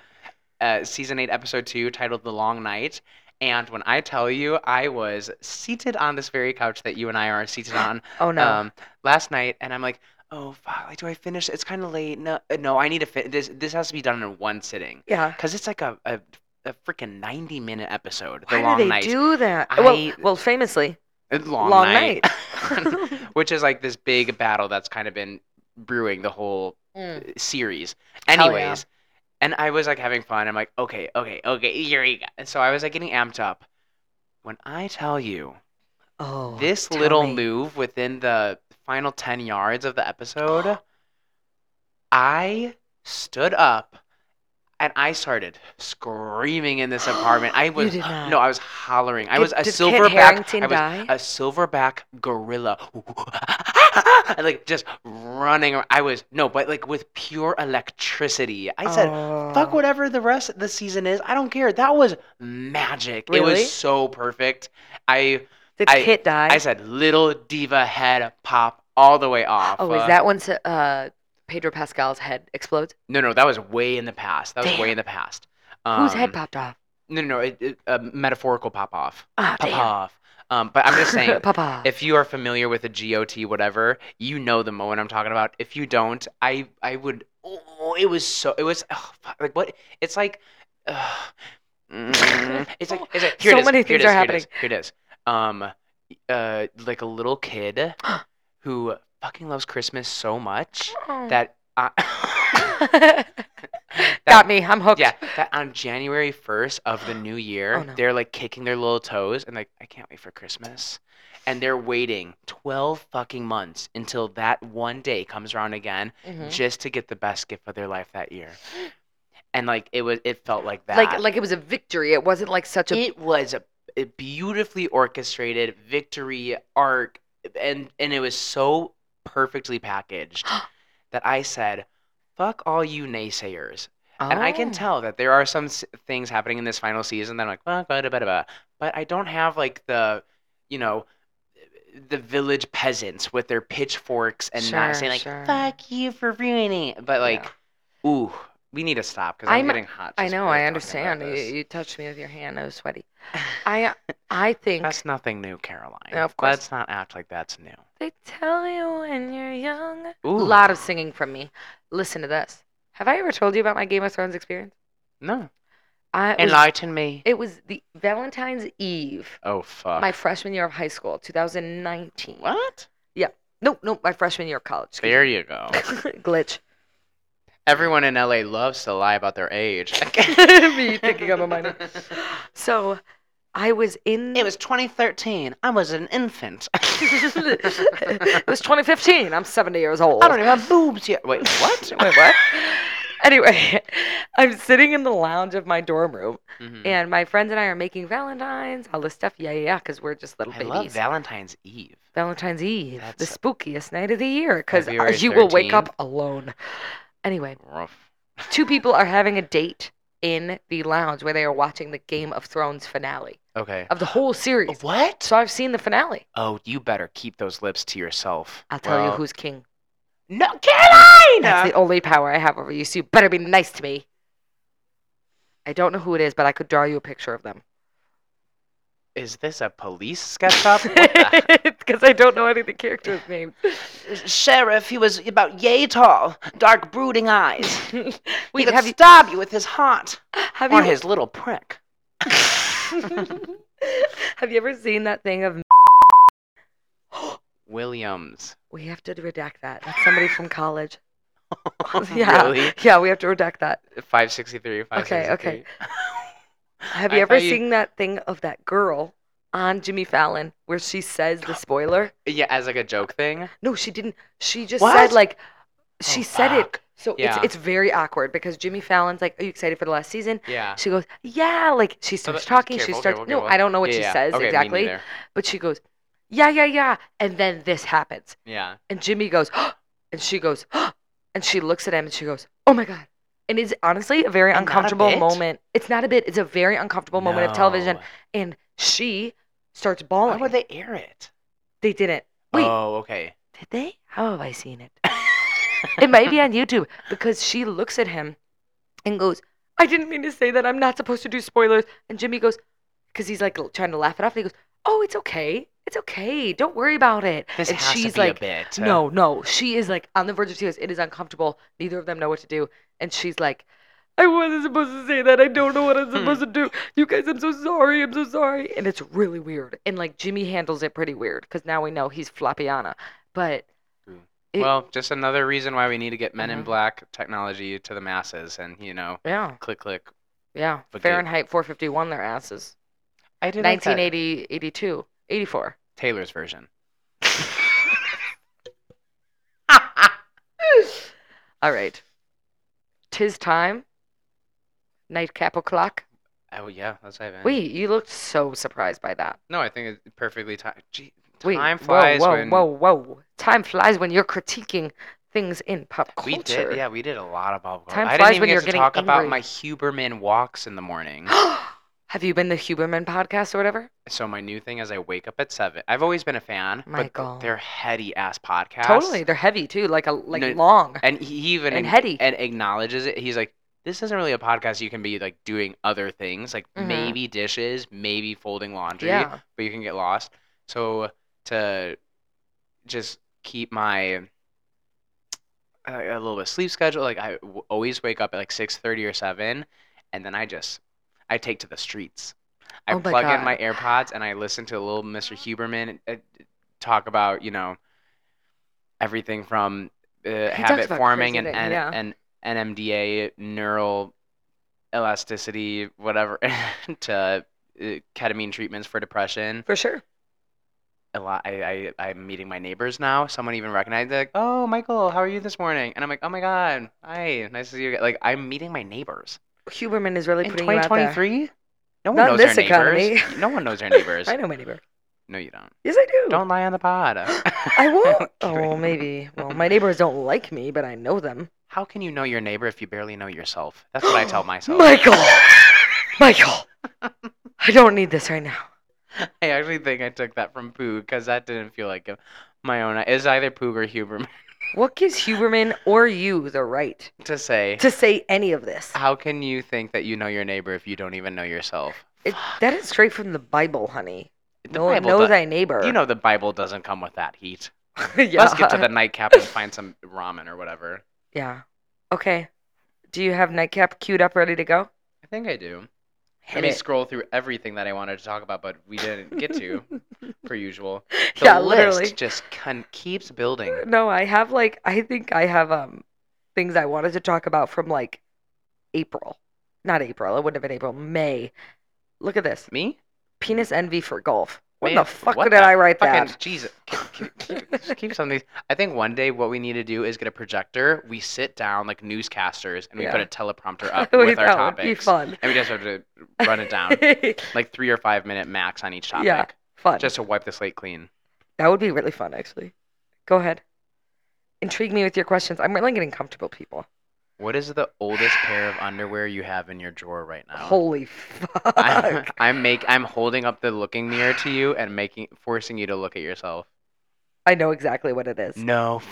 [SPEAKER 3] uh, season eight, episode two, titled The Long Night. And when I tell you, I was seated on this very couch that you and I are
[SPEAKER 4] [GASPS]
[SPEAKER 3] seated on
[SPEAKER 4] [GASPS] oh no.
[SPEAKER 3] um, last night, and I'm like, oh fuck, like, do I finish? It's kind of late. No, uh, no, I need to finish. This this has to be done in one sitting
[SPEAKER 4] yeah.
[SPEAKER 3] because it's like a a, a freaking 90 minute episode. The
[SPEAKER 4] Why
[SPEAKER 3] long
[SPEAKER 4] do they
[SPEAKER 3] night.
[SPEAKER 4] do that? well,
[SPEAKER 3] I- [LAUGHS]
[SPEAKER 4] well, famously,
[SPEAKER 3] Uh, long,
[SPEAKER 4] long
[SPEAKER 3] night. [LAUGHS]
[SPEAKER 4] night. [LAUGHS]
[SPEAKER 3] which is like this big battle that's kind of been brewing the whole uh,
[SPEAKER 4] Mm.
[SPEAKER 3] series.
[SPEAKER 4] Hell
[SPEAKER 3] Anyways,
[SPEAKER 4] yeah.
[SPEAKER 3] and I was like having fun. I'm like, okay, okay, okay, here you go. And so I was like getting amped up. When I tell you
[SPEAKER 4] oh,
[SPEAKER 3] this
[SPEAKER 4] tell
[SPEAKER 3] little
[SPEAKER 4] me.
[SPEAKER 3] move within the final 10 yards of the
[SPEAKER 4] [GASPS]
[SPEAKER 3] episode, I stood up and I started screaming in this apartment.
[SPEAKER 4] [GASPS]
[SPEAKER 3] I was
[SPEAKER 4] did not.
[SPEAKER 3] no, I was hollering. I
[SPEAKER 4] Did-
[SPEAKER 3] was a
[SPEAKER 4] did Kit
[SPEAKER 3] silverback.
[SPEAKER 4] Harington
[SPEAKER 3] I was
[SPEAKER 4] die?
[SPEAKER 3] a silverback gorilla. [LAUGHS] and like just running. ar- I was no, but like with pure electricity. I said, "Fuck
[SPEAKER 4] Oh.
[SPEAKER 3] whatever the rest of the season is. I don't care." That was magic. It
[SPEAKER 4] Really?
[SPEAKER 3] was so perfect. I
[SPEAKER 4] Did
[SPEAKER 3] I-
[SPEAKER 4] Kit die?
[SPEAKER 3] I said, "Little diva head pop all the way off."
[SPEAKER 4] oh, is
[SPEAKER 3] Uh,
[SPEAKER 4] that when s- uh, Pedro Pascal's head explodes?
[SPEAKER 3] No, no, that was way in the past. That was way
[SPEAKER 4] Damn.
[SPEAKER 3] in the past.
[SPEAKER 4] Whose head
[SPEAKER 3] Um,
[SPEAKER 4] popped off?
[SPEAKER 3] No, no, no. It, it, a metaphorical pop off.
[SPEAKER 4] Ah,
[SPEAKER 3] Pop
[SPEAKER 4] damn.
[SPEAKER 3] off. Um, but I'm just
[SPEAKER 4] [LAUGHS]
[SPEAKER 3] saying,
[SPEAKER 4] Papa.
[SPEAKER 3] if you are familiar with a GOT, whatever, you know the moment I'm talking about. If you don't, I, I would. Oh, it was so. It was oh, fuck, like what? It's like. Uh, mm, [LAUGHS] it's like. It's like here
[SPEAKER 4] So
[SPEAKER 3] it is,
[SPEAKER 4] many
[SPEAKER 3] here it
[SPEAKER 4] things
[SPEAKER 3] is,
[SPEAKER 4] are
[SPEAKER 3] here it is, Here it is. Um, uh, like a little
[SPEAKER 4] [GASPS]
[SPEAKER 3] kid who fucking loves Christmas so much that. I-
[SPEAKER 4] [LAUGHS]
[SPEAKER 3] [LAUGHS]
[SPEAKER 4] Got me. I'm hooked.
[SPEAKER 3] yeah, that on January 1st of the
[SPEAKER 4] [GASPS]
[SPEAKER 3] new year,
[SPEAKER 4] Oh, no.
[SPEAKER 3] they're like kicking their little toes and like, I can't wait for Christmas. And they're waiting 12 fucking months until that one day comes around again
[SPEAKER 4] Mhm.
[SPEAKER 3] just to get the best gift of their life that
[SPEAKER 4] [GASPS]
[SPEAKER 3] year. And like, it was, it felt like that.
[SPEAKER 4] Like like it was a victory. It wasn't like such a
[SPEAKER 3] it was a, a beautifully orchestrated victory arc. And, and it was so perfectly packaged
[SPEAKER 4] [GASPS]
[SPEAKER 3] that I said, fuck all you naysayers. And I can
[SPEAKER 4] Oh.
[SPEAKER 3] tell that there are some s- things happening in this final season that I'm like, "Bah, bah, da, bah, da, bah." but I don't have like the, you know, the village peasants with their pitchforks and
[SPEAKER 4] Sure,
[SPEAKER 3] not saying like,
[SPEAKER 4] sure.
[SPEAKER 3] "Fuck you for ruining it," but like, ooh, we need to stop because I'm,
[SPEAKER 4] I'm-
[SPEAKER 3] getting hot.
[SPEAKER 4] I
[SPEAKER 3] just
[SPEAKER 4] know,
[SPEAKER 3] really
[SPEAKER 4] I
[SPEAKER 3] talking about
[SPEAKER 4] understand. You,
[SPEAKER 3] this.
[SPEAKER 4] you touched me with your hand. I was
[SPEAKER 3] [SIGHS]
[SPEAKER 4] sweaty. I I think
[SPEAKER 3] That's nothing new, Caroline.
[SPEAKER 4] No, of course.
[SPEAKER 3] Let's not act like that's new.
[SPEAKER 4] they tell you when you're young. A
[SPEAKER 3] Ooh.
[SPEAKER 4] lot of singing from me. Listen to this. Have I ever told you about my Game of Thrones experience?
[SPEAKER 3] No,
[SPEAKER 4] I it was,
[SPEAKER 3] enlighten me.
[SPEAKER 4] it was the Valentine's Eve,
[SPEAKER 3] oh fuck.
[SPEAKER 4] my freshman year of high school, 2019.
[SPEAKER 3] what?
[SPEAKER 4] Nope, nope, my freshman year of college. excuse
[SPEAKER 3] There you go.
[SPEAKER 4] me. [LAUGHS] Glitch.
[SPEAKER 3] Everyone in LA loves to lie about their [LAUGHS] age.
[SPEAKER 4] [LAUGHS] me thinking I'm a minor. So I was in.
[SPEAKER 3] [LAUGHS] It was 2013. I was an infant. [LAUGHS] I
[SPEAKER 4] [LAUGHS] it was 2015. I'm 70 years old.
[SPEAKER 3] don't even have boobs yet. [LAUGHS] Wait,
[SPEAKER 4] [LAUGHS]
[SPEAKER 3] what? Wait, what?
[SPEAKER 4] Anyway, I'm sitting in the lounge of my dorm room,
[SPEAKER 3] Mhm.
[SPEAKER 4] and my friends and I are making Valentines, all this stuff. Yeah, yeah, yeah, because we're just little
[SPEAKER 3] I
[SPEAKER 4] babies.
[SPEAKER 3] love Valentine's Eve.
[SPEAKER 4] Valentine's Eve, the
[SPEAKER 3] That's-
[SPEAKER 4] spookiest night of the year, because
[SPEAKER 3] February
[SPEAKER 4] you will wake
[SPEAKER 3] 13th.
[SPEAKER 4] up alone. Anyway,
[SPEAKER 3] Rough.
[SPEAKER 4] two people are having a date in the lounge where they are watching the Game of Thrones finale
[SPEAKER 3] Okay.
[SPEAKER 4] of the whole series.
[SPEAKER 3] What?
[SPEAKER 4] So I've seen the finale.
[SPEAKER 3] Oh, you better keep those lips to yourself.
[SPEAKER 4] I'll tell you
[SPEAKER 3] Well-
[SPEAKER 4] who's king.
[SPEAKER 3] No, Caroline!
[SPEAKER 4] That's the only power I have over you. So you better be nice to me. I don't know who it is, but I could draw you a picture of them.
[SPEAKER 3] Is this a police sketch [LAUGHS]
[SPEAKER 4] [LAUGHS]
[SPEAKER 3] up?
[SPEAKER 4] Because I don't know any of the characters' names.
[SPEAKER 1] Sheriff, he was about yay tall, dark,
[SPEAKER 4] [LAUGHS]
[SPEAKER 1] brooding eyes. He
[SPEAKER 4] Wait,
[SPEAKER 1] could
[SPEAKER 4] have you
[SPEAKER 1] stab you with his heart
[SPEAKER 4] have
[SPEAKER 1] or
[SPEAKER 4] you
[SPEAKER 1] his little prick.
[SPEAKER 4] have you ever seen that thing of [GASPS]
[SPEAKER 3] Williams.
[SPEAKER 4] we have to redact that? That's somebody from
[SPEAKER 3] [LAUGHS]
[SPEAKER 4] college.
[SPEAKER 3] Really?
[SPEAKER 4] yeah, we have to redact that.
[SPEAKER 3] 563,
[SPEAKER 4] Okay,
[SPEAKER 3] 563.
[SPEAKER 4] okay. Have
[SPEAKER 3] I
[SPEAKER 4] you ever
[SPEAKER 3] thought you-
[SPEAKER 4] seen that thing of that girl on Jimmy Fallon where she
[SPEAKER 3] [GASPS]
[SPEAKER 4] says the spoiler?
[SPEAKER 3] Yeah, as like a joke thing.
[SPEAKER 4] No, she didn't. She just
[SPEAKER 3] What?
[SPEAKER 4] said like she
[SPEAKER 3] Oh,
[SPEAKER 4] said it.
[SPEAKER 3] fuck.
[SPEAKER 4] So
[SPEAKER 3] Yeah.
[SPEAKER 4] it's it's very awkward because Jimmy Fallon's like, "Are you excited for the last season?"
[SPEAKER 3] Yeah.
[SPEAKER 4] She goes, "Yeah." Like she starts
[SPEAKER 3] but-
[SPEAKER 4] talking. she
[SPEAKER 3] careful,
[SPEAKER 4] starts.
[SPEAKER 3] careful,
[SPEAKER 4] no,
[SPEAKER 3] careful.
[SPEAKER 4] I don't know what
[SPEAKER 3] yeah,
[SPEAKER 4] she
[SPEAKER 3] yeah.
[SPEAKER 4] says
[SPEAKER 3] okay, me
[SPEAKER 4] exactly,
[SPEAKER 3] neither.
[SPEAKER 4] but she goes, "Yeah, yeah, yeah." And then this happens,
[SPEAKER 3] Yeah.
[SPEAKER 4] and Jimmy goes, [GASPS] and she goes, [GASPS] and she looks at him, and she goes, "Oh my god." And it's honestly a very
[SPEAKER 1] And not a
[SPEAKER 4] uncomfortable
[SPEAKER 1] bit?
[SPEAKER 4] moment. It's not a bit. It's a very uncomfortable moment of television.
[SPEAKER 3] No.
[SPEAKER 4] And she starts
[SPEAKER 3] Why
[SPEAKER 4] bawling.
[SPEAKER 3] would they air it?
[SPEAKER 4] They didn't. Wait,
[SPEAKER 3] Oh, okay.
[SPEAKER 4] Did they? How have I seen it? [LAUGHS] it might be on YouTube because she looks at him and goes, I didn't mean to say that. I'm not supposed to do spoilers. And Jimmy goes, because he's like l- trying to laugh it off. And he goes, Oh, it's okay. It's okay. Don't worry about it.
[SPEAKER 3] This
[SPEAKER 4] and
[SPEAKER 3] has
[SPEAKER 4] she's
[SPEAKER 3] to be
[SPEAKER 4] like,
[SPEAKER 3] a bit. uh,
[SPEAKER 4] No, no. She is like on the verge of tears. It is uncomfortable. Neither of them know what to do. And she's like, I wasn't supposed to say that. I don't know
[SPEAKER 3] Hmm.
[SPEAKER 4] what I'm supposed to do. You guys, I'm so sorry. I'm so sorry. And it's really weird. And like Jimmy handles it pretty weird because now we know he's Floppiana. But it-
[SPEAKER 3] well, just another reason why we need to get Men in
[SPEAKER 4] Mhm.
[SPEAKER 3] Black technology to the masses, and you know,
[SPEAKER 4] yeah.
[SPEAKER 3] click click.
[SPEAKER 4] Yeah,
[SPEAKER 3] But they-
[SPEAKER 4] Fahrenheit 451 their asses.
[SPEAKER 3] I did like that
[SPEAKER 4] 1980, 82,
[SPEAKER 3] [LAUGHS]
[SPEAKER 4] 84.
[SPEAKER 3] Taylor's version.
[SPEAKER 4] All right. Tis time. Nightcap o'clock.
[SPEAKER 3] Oh yeah, that's what I meant.
[SPEAKER 4] Wait, you looked so surprised by that.
[SPEAKER 3] No, I think it's perfectly timed. Gee,
[SPEAKER 4] Wait,
[SPEAKER 3] time flies
[SPEAKER 4] whoa, whoa,
[SPEAKER 3] when
[SPEAKER 4] whoa, whoa. Time flies when you're critiquing things in pop culture.
[SPEAKER 3] we did. Yeah, we did a lot of Bob.
[SPEAKER 4] Time
[SPEAKER 3] I didn't
[SPEAKER 4] flies
[SPEAKER 3] even
[SPEAKER 4] when
[SPEAKER 3] get
[SPEAKER 4] you're
[SPEAKER 3] to
[SPEAKER 4] getting
[SPEAKER 3] talk about
[SPEAKER 4] angry.
[SPEAKER 3] my Huberman walks in the
[SPEAKER 4] [GASPS]
[SPEAKER 3] morning.
[SPEAKER 4] Have you been to Huberman podcast or whatever?
[SPEAKER 3] so my new thing is I wake up at seven. I've always been a fan,
[SPEAKER 4] Michael.
[SPEAKER 3] but they're heady ass podcasts.
[SPEAKER 4] Totally. They're heavy too, like a like
[SPEAKER 3] No,
[SPEAKER 4] long.
[SPEAKER 3] and he even
[SPEAKER 4] And
[SPEAKER 3] ag-
[SPEAKER 4] heady.
[SPEAKER 3] and acknowledges it. He's like, this isn't really a podcast you can be like doing other things, like
[SPEAKER 4] Mhm.
[SPEAKER 3] maybe dishes, maybe folding laundry,
[SPEAKER 4] Yeah.
[SPEAKER 3] but you can get lost. So to just keep my uh, a little bit of sleep schedule, like I w- always wake up at like 6:30 or 7 and then I just I take to the streets. I
[SPEAKER 4] Oh my
[SPEAKER 3] plug
[SPEAKER 4] God.
[SPEAKER 3] in my AirPods and I listen to a little Mr. Huberman uh, talk about, you know, everything from uh,
[SPEAKER 4] talks
[SPEAKER 3] habit
[SPEAKER 4] about
[SPEAKER 3] forming and,
[SPEAKER 4] crazy
[SPEAKER 3] and,
[SPEAKER 4] things,
[SPEAKER 3] and NMDA, neural elasticity, whatever, [LAUGHS] to uh, ketamine treatments for depression.
[SPEAKER 4] For sure.
[SPEAKER 3] A lot. I, I, I'm meeting my neighbors now. Someone even recognized, like, oh, Michael, how are you this morning? And I'm like, oh my God, hi, nice to see you. again." Like, I'm meeting my neighbors.
[SPEAKER 4] Huberman is really
[SPEAKER 3] In
[SPEAKER 4] putting you out there.
[SPEAKER 3] 2023? No one
[SPEAKER 4] Not in
[SPEAKER 3] knows their
[SPEAKER 4] this
[SPEAKER 3] neighbors. No one knows their neighbors.
[SPEAKER 4] [LAUGHS] I know my neighbor.
[SPEAKER 3] No, you don't.
[SPEAKER 4] Yes, I do.
[SPEAKER 3] Don't lie on the pod.
[SPEAKER 4] [LAUGHS] I won't.
[SPEAKER 3] I'm kidding.
[SPEAKER 4] oh, maybe. Well, my neighbors don't like me, but I know them.
[SPEAKER 3] [LAUGHS] How can you know your neighbor if you barely know yourself? That's what I
[SPEAKER 4] [GASPS]
[SPEAKER 3] tell myself.
[SPEAKER 4] Michael! Michael! I don't need this right now.
[SPEAKER 3] I actually think I took that from Poog because that didn't feel like a- my own. It's either Poog or Huberman
[SPEAKER 4] What gives Huberman or you the right
[SPEAKER 3] [LAUGHS] to say.
[SPEAKER 4] to say any of this?
[SPEAKER 3] How can you think that you know your neighbor if you don't even know yourself?
[SPEAKER 4] It, that is straight from the Bible, honey.
[SPEAKER 3] The
[SPEAKER 4] No one
[SPEAKER 3] Bible
[SPEAKER 4] know
[SPEAKER 3] do-
[SPEAKER 4] thy neighbor. [LAUGHS]
[SPEAKER 3] You know the Bible doesn't come with that heat.
[SPEAKER 4] yeah.
[SPEAKER 3] Let's get to [LAUGHS] the nightcap and find some ramen or whatever.
[SPEAKER 4] [LAUGHS] Yeah. Okay. Do you have nightcap queued up, ready to go?
[SPEAKER 3] I think I do.
[SPEAKER 4] Hit
[SPEAKER 3] Let me
[SPEAKER 4] it.
[SPEAKER 3] scroll through everything that I wanted to talk about, but we didn't get [LAUGHS]
[SPEAKER 4] [LAUGHS]
[SPEAKER 3] to, per usual. The
[SPEAKER 4] yeah,
[SPEAKER 3] list
[SPEAKER 4] literally.
[SPEAKER 3] just con- keeps building.
[SPEAKER 4] No, I have like I think I have um things I wanted to talk about from like April. Not April. It wouldn't have been April. May. Look at this.
[SPEAKER 3] Me?
[SPEAKER 4] Penis envy for golf. When
[SPEAKER 3] Man,
[SPEAKER 4] the fuck
[SPEAKER 3] what
[SPEAKER 4] did
[SPEAKER 3] the
[SPEAKER 4] I write
[SPEAKER 3] Fucking
[SPEAKER 4] that?
[SPEAKER 3] Jesus. Keep, keep, keep some of these. I think one day what we need to do is get a projector. We sit down like newscasters and we put
[SPEAKER 4] Yeah.
[SPEAKER 3] a teleprompter [LAUGHS] up
[SPEAKER 4] [LAUGHS] Wait,
[SPEAKER 3] with our
[SPEAKER 4] that would be
[SPEAKER 3] topics.
[SPEAKER 4] fun. [LAUGHS]
[SPEAKER 3] And we just have to run it down. like three or five minute max on [LAUGHS] each topic.
[SPEAKER 4] Yeah. fun.
[SPEAKER 3] Just to wipe the slate clean.
[SPEAKER 4] That would be really fun, actually. Go ahead. Intrigue me with your questions. I'm really getting comfortable, people.
[SPEAKER 3] What is the oldest pair of underwear you have in your drawer right now? [LAUGHS]
[SPEAKER 4] Holy fuck.
[SPEAKER 3] I'm, [LAUGHS] I'm make I'm holding up the looking mirror to you and making forcing you to look at yourself.
[SPEAKER 4] I know exactly what it is.
[SPEAKER 3] No.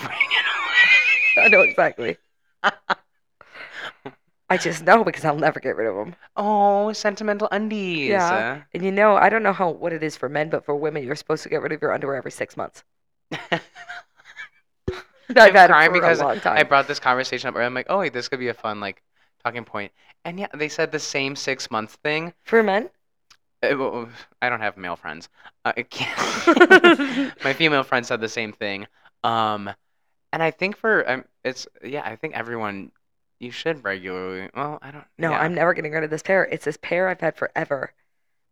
[SPEAKER 4] I know exactly. I just know because I'll never get rid of them.
[SPEAKER 3] [LAUGHS] oh, sentimental undies.
[SPEAKER 4] Yeah. And you know, I don't know how what it is for men, but for women, you're supposed to get rid of your underwear every six
[SPEAKER 3] [LAUGHS]
[SPEAKER 4] months. I've had it
[SPEAKER 3] crying
[SPEAKER 4] for
[SPEAKER 3] because
[SPEAKER 4] a long time.
[SPEAKER 3] Uh, I brought this conversation up, and I'm like, oh wait, this could be a fun like talking point. And yeah, they said the same six months thing.
[SPEAKER 4] for men,
[SPEAKER 3] Uh, w- w- I don't have male friends. Uh, I
[SPEAKER 4] [LAUGHS]
[SPEAKER 3] can't- [LAUGHS] My female friend said the same thing. Um, and I think for um, it's yeah, I think everyone you should regularly. Well, I don't.
[SPEAKER 4] no,
[SPEAKER 3] yeah.
[SPEAKER 4] I'm never getting rid of this pair. It's this pair I've had forever.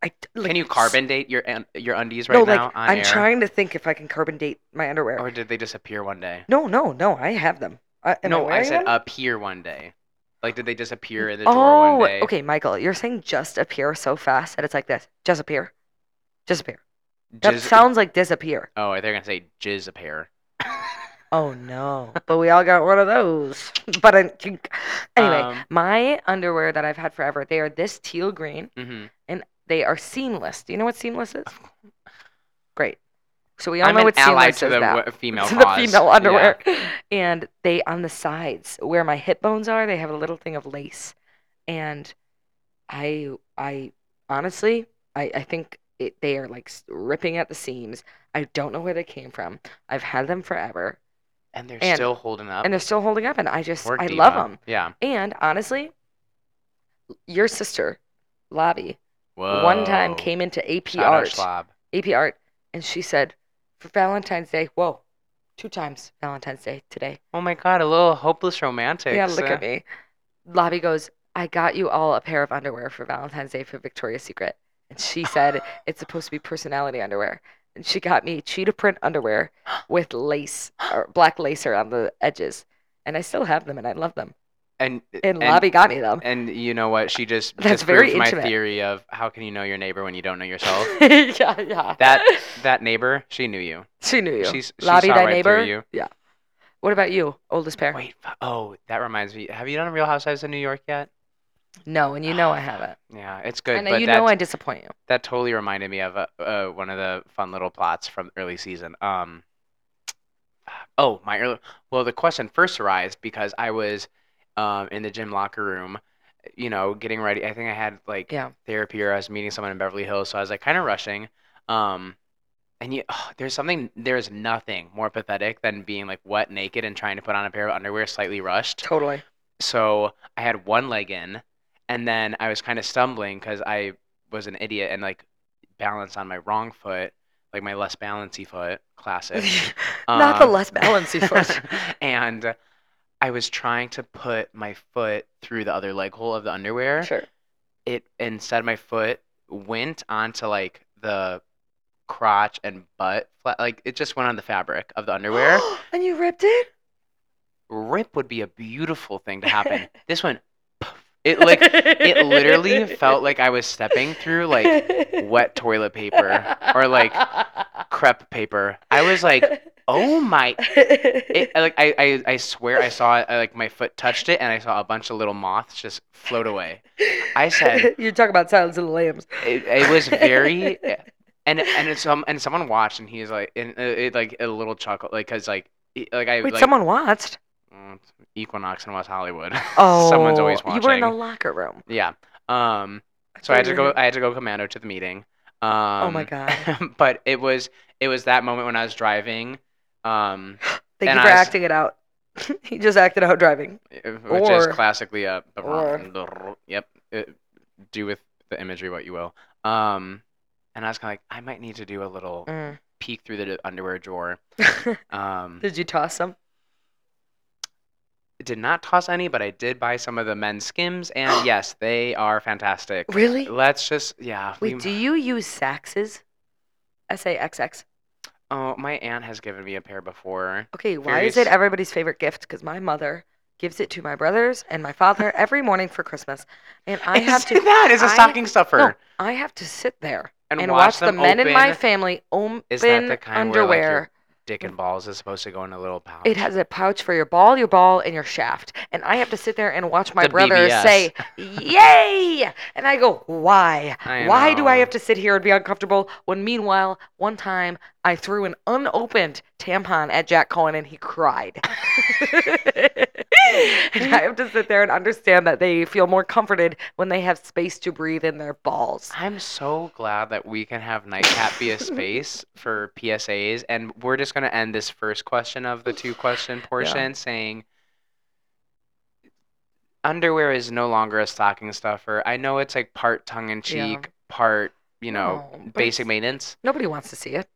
[SPEAKER 4] I d- like,
[SPEAKER 3] Can you carbon date your un- your undies right
[SPEAKER 4] No,
[SPEAKER 3] now
[SPEAKER 4] like
[SPEAKER 3] on
[SPEAKER 4] I'm
[SPEAKER 3] air? Oh,
[SPEAKER 4] trying to think if I can carbon date my underwear.
[SPEAKER 3] Or did they disappear one day?
[SPEAKER 4] no, no, no. I have them. I, am
[SPEAKER 3] no, I,
[SPEAKER 4] wearing
[SPEAKER 3] said
[SPEAKER 4] them?
[SPEAKER 3] appear one day. Like, did they disappear in the drawer
[SPEAKER 4] Oh,
[SPEAKER 3] one day?
[SPEAKER 4] okay, Michael. You're saying just appear so fast that it's like this. Just appear. Just appear. That
[SPEAKER 3] Jizz-
[SPEAKER 4] sounds like disappear.
[SPEAKER 3] Oh, they're gonna say jizz appear.
[SPEAKER 4] Oh no. but we all got one of those. [LAUGHS] But I, think- anyway,
[SPEAKER 3] Um,
[SPEAKER 4] my underwear that I've had forever, they are this teal green.
[SPEAKER 3] mhm.
[SPEAKER 4] They are seamless. Do you know what seamless is? Great. So we all
[SPEAKER 3] I'm
[SPEAKER 4] know
[SPEAKER 3] an
[SPEAKER 4] what
[SPEAKER 3] ally
[SPEAKER 4] seamless
[SPEAKER 3] to
[SPEAKER 4] is
[SPEAKER 3] the
[SPEAKER 4] now.
[SPEAKER 3] wo- female
[SPEAKER 4] [LAUGHS] to the
[SPEAKER 3] cause.
[SPEAKER 4] female
[SPEAKER 3] Yeah.
[SPEAKER 4] underwear. [LAUGHS] And they on the sides where my hip bones are, they have a little thing of lace. And I I honestly I, I think it, they are like s- ripping at the seams. I don't know where they came from. I've had them forever,
[SPEAKER 3] And they're
[SPEAKER 4] And-
[SPEAKER 3] still holding up.
[SPEAKER 4] and they're still holding up. And I just
[SPEAKER 3] Oh. Poor
[SPEAKER 4] I
[SPEAKER 3] diva.
[SPEAKER 4] love them.
[SPEAKER 3] Yeah.
[SPEAKER 4] And honestly, your sister, Lobby,
[SPEAKER 3] Whoa.
[SPEAKER 4] one time came into AP
[SPEAKER 3] Shout out
[SPEAKER 4] Art.
[SPEAKER 3] Schwab.
[SPEAKER 4] AP Art, and she said, for Valentine's Day, whoa, two times Valentine's Day today.
[SPEAKER 3] Oh my god, a little hopeless romantic.
[SPEAKER 4] Yeah, look at me. Lobby goes, I got you all a pair of underwear for Valentine's Day for Victoria's Secret. And she
[SPEAKER 3] [GASPS]
[SPEAKER 4] said, it's supposed to be personality underwear. And she got me cheetah print
[SPEAKER 3] [GASPS]
[SPEAKER 4] underwear with lace or black lace around the edges. And I still have them and I love them.
[SPEAKER 3] And
[SPEAKER 4] And, Lobby got me them.
[SPEAKER 3] And you know what? She just
[SPEAKER 4] That's
[SPEAKER 3] disproved
[SPEAKER 4] very
[SPEAKER 3] my
[SPEAKER 4] intimate.
[SPEAKER 3] theory of how can you know your neighbor when you don't know
[SPEAKER 4] [LAUGHS]
[SPEAKER 3] yourself?
[SPEAKER 4] yeah, yeah.
[SPEAKER 3] that that neighbor, she knew you.
[SPEAKER 4] [LAUGHS] she knew you.
[SPEAKER 3] She's she
[SPEAKER 4] Lobby,
[SPEAKER 3] saw
[SPEAKER 4] thy
[SPEAKER 3] right
[SPEAKER 4] neighbor.
[SPEAKER 3] through you.
[SPEAKER 4] Yeah. What about you, oldest pair?
[SPEAKER 3] Wait. fu- Oh, that reminds me. Have you done Real Housewives of New York yet?
[SPEAKER 4] No, and you know I haven't.
[SPEAKER 3] Yeah, it's good.
[SPEAKER 4] and
[SPEAKER 3] but
[SPEAKER 4] you
[SPEAKER 3] that,
[SPEAKER 4] know I disappoint you.
[SPEAKER 3] that totally reminded me of uh, uh, one of the fun little plots from early season. Um, [SIGHS] oh, my early. Well, the question first arised because I was um, in the gym locker room you know, getting ready. I think I had like
[SPEAKER 4] Yeah.
[SPEAKER 3] therapy or I was meeting someone in Beverly Hills, so I was like kind of rushing. Um, and you, [SIGHS] ugh, there's something, there's nothing more pathetic than being like wet naked and trying to put on a pair of underwear slightly rushed.
[SPEAKER 4] Totally.
[SPEAKER 3] So I had one leg in, and then I was kind of stumbling because I was an idiot and like balanced on my wrong foot, like my less balancy foot, classic.
[SPEAKER 4] [LAUGHS] Not the
[SPEAKER 3] Um, [LAUGHS]
[SPEAKER 4] less balancy foot.
[SPEAKER 3] and I was trying to put my foot through the other leg hole of the underwear.
[SPEAKER 4] sure.
[SPEAKER 3] It instead my foot went onto like the crotch and butt flat like it just went on the fabric of the underwear.
[SPEAKER 4] [GASPS] and you ripped it?
[SPEAKER 3] Rip would be a beautiful thing to
[SPEAKER 4] [LAUGHS]
[SPEAKER 3] happen. this one it like it literally felt like I
[SPEAKER 4] [LAUGHS]
[SPEAKER 3] was stepping through like wet toilet paper or like crepe paper. I was like, "Oh my it, uh, I, like I, I, I swear I saw it. I, like my foot touched it, and I saw a bunch of little moths just float away. I said-
[SPEAKER 4] [LAUGHS] you talk about Silence of the Lambs.
[SPEAKER 3] It, it was
[SPEAKER 4] [LAUGHS]
[SPEAKER 3] very, uh, and and it's, um and someone watched, and he was like, and uh, it like a little chuckle, like cause like e- like I
[SPEAKER 4] Wait,
[SPEAKER 3] like,
[SPEAKER 4] someone watched.
[SPEAKER 3] Mm, Equinox and West Hollywood. [LAUGHS]
[SPEAKER 4] Oh,
[SPEAKER 3] someone's always watching.
[SPEAKER 4] You were in the locker room.
[SPEAKER 3] yeah. Um. So I had to
[SPEAKER 4] thought you were
[SPEAKER 3] go.
[SPEAKER 4] in-
[SPEAKER 3] I had to go commando to the meeting. Um,
[SPEAKER 4] Oh
[SPEAKER 3] [LAUGHS]
[SPEAKER 4] my god!
[SPEAKER 3] but it was it was that moment when I was driving. Um, [LAUGHS]
[SPEAKER 4] Thank
[SPEAKER 3] And
[SPEAKER 4] you for
[SPEAKER 3] I was-
[SPEAKER 4] acting it out. [LAUGHS] he just acted out driving.
[SPEAKER 3] which is
[SPEAKER 4] Or-
[SPEAKER 3] classically a
[SPEAKER 4] or-
[SPEAKER 3] yep it- do with the imagery what you will um and i was kind of like i might need to do a little
[SPEAKER 4] Mm.
[SPEAKER 3] peek through the underwear drawer um
[SPEAKER 4] [LAUGHS] Did you toss some?
[SPEAKER 3] did not toss any but i did buy some of the men's skims
[SPEAKER 4] [GASPS]
[SPEAKER 3] and yes they are fantastic
[SPEAKER 4] Really?
[SPEAKER 3] let's just yeah
[SPEAKER 4] Wait, do you use Saxes? S A X X.
[SPEAKER 3] oh my aunt has given me a pair before
[SPEAKER 4] Okay, why is it
[SPEAKER 3] Various-
[SPEAKER 4] everybody's favorite gift? Because my mother gives it to my brothers and
[SPEAKER 3] [LAUGHS]
[SPEAKER 4] my father every morning for Christmas, and I have to.
[SPEAKER 3] that is a
[SPEAKER 4] I-
[SPEAKER 3] stocking stuffer
[SPEAKER 4] No, I have to sit there and, watch,
[SPEAKER 3] watch,
[SPEAKER 4] the
[SPEAKER 3] them
[SPEAKER 4] men in my
[SPEAKER 3] open.
[SPEAKER 4] family open
[SPEAKER 3] Is that the kind where,
[SPEAKER 4] underwear.
[SPEAKER 3] like, your dick and balls is supposed to go in a little pouch
[SPEAKER 4] Mm. It has a pouch for your ball, your ball, and your shaft. And I have to sit there and watch my
[SPEAKER 3] The
[SPEAKER 4] brother
[SPEAKER 3] BBS.
[SPEAKER 4] say, Yay! And I go, Why?
[SPEAKER 3] I
[SPEAKER 4] Why do I
[SPEAKER 3] know.
[SPEAKER 4] have to sit here and be uncomfortable when meanwhile, one time I threw an unopened tampon at Jack Cohen and he cried? [LAUGHS] and I have to sit there and understand that they feel more comforted when they have space to breathe in their balls.
[SPEAKER 3] I'm so glad that we can have Nightcap be a
[SPEAKER 4] [LAUGHS]
[SPEAKER 3] space for PSAs. And we're just going to end this first question of the two
[SPEAKER 4] [LAUGHS]
[SPEAKER 3] question portion saying underwear is no longer a stocking stuffer. I know it's like part tongue in cheek, part, you know,
[SPEAKER 4] No, Oh, but
[SPEAKER 3] basic
[SPEAKER 4] it's-
[SPEAKER 3] maintenance.
[SPEAKER 4] Nobody wants to see it.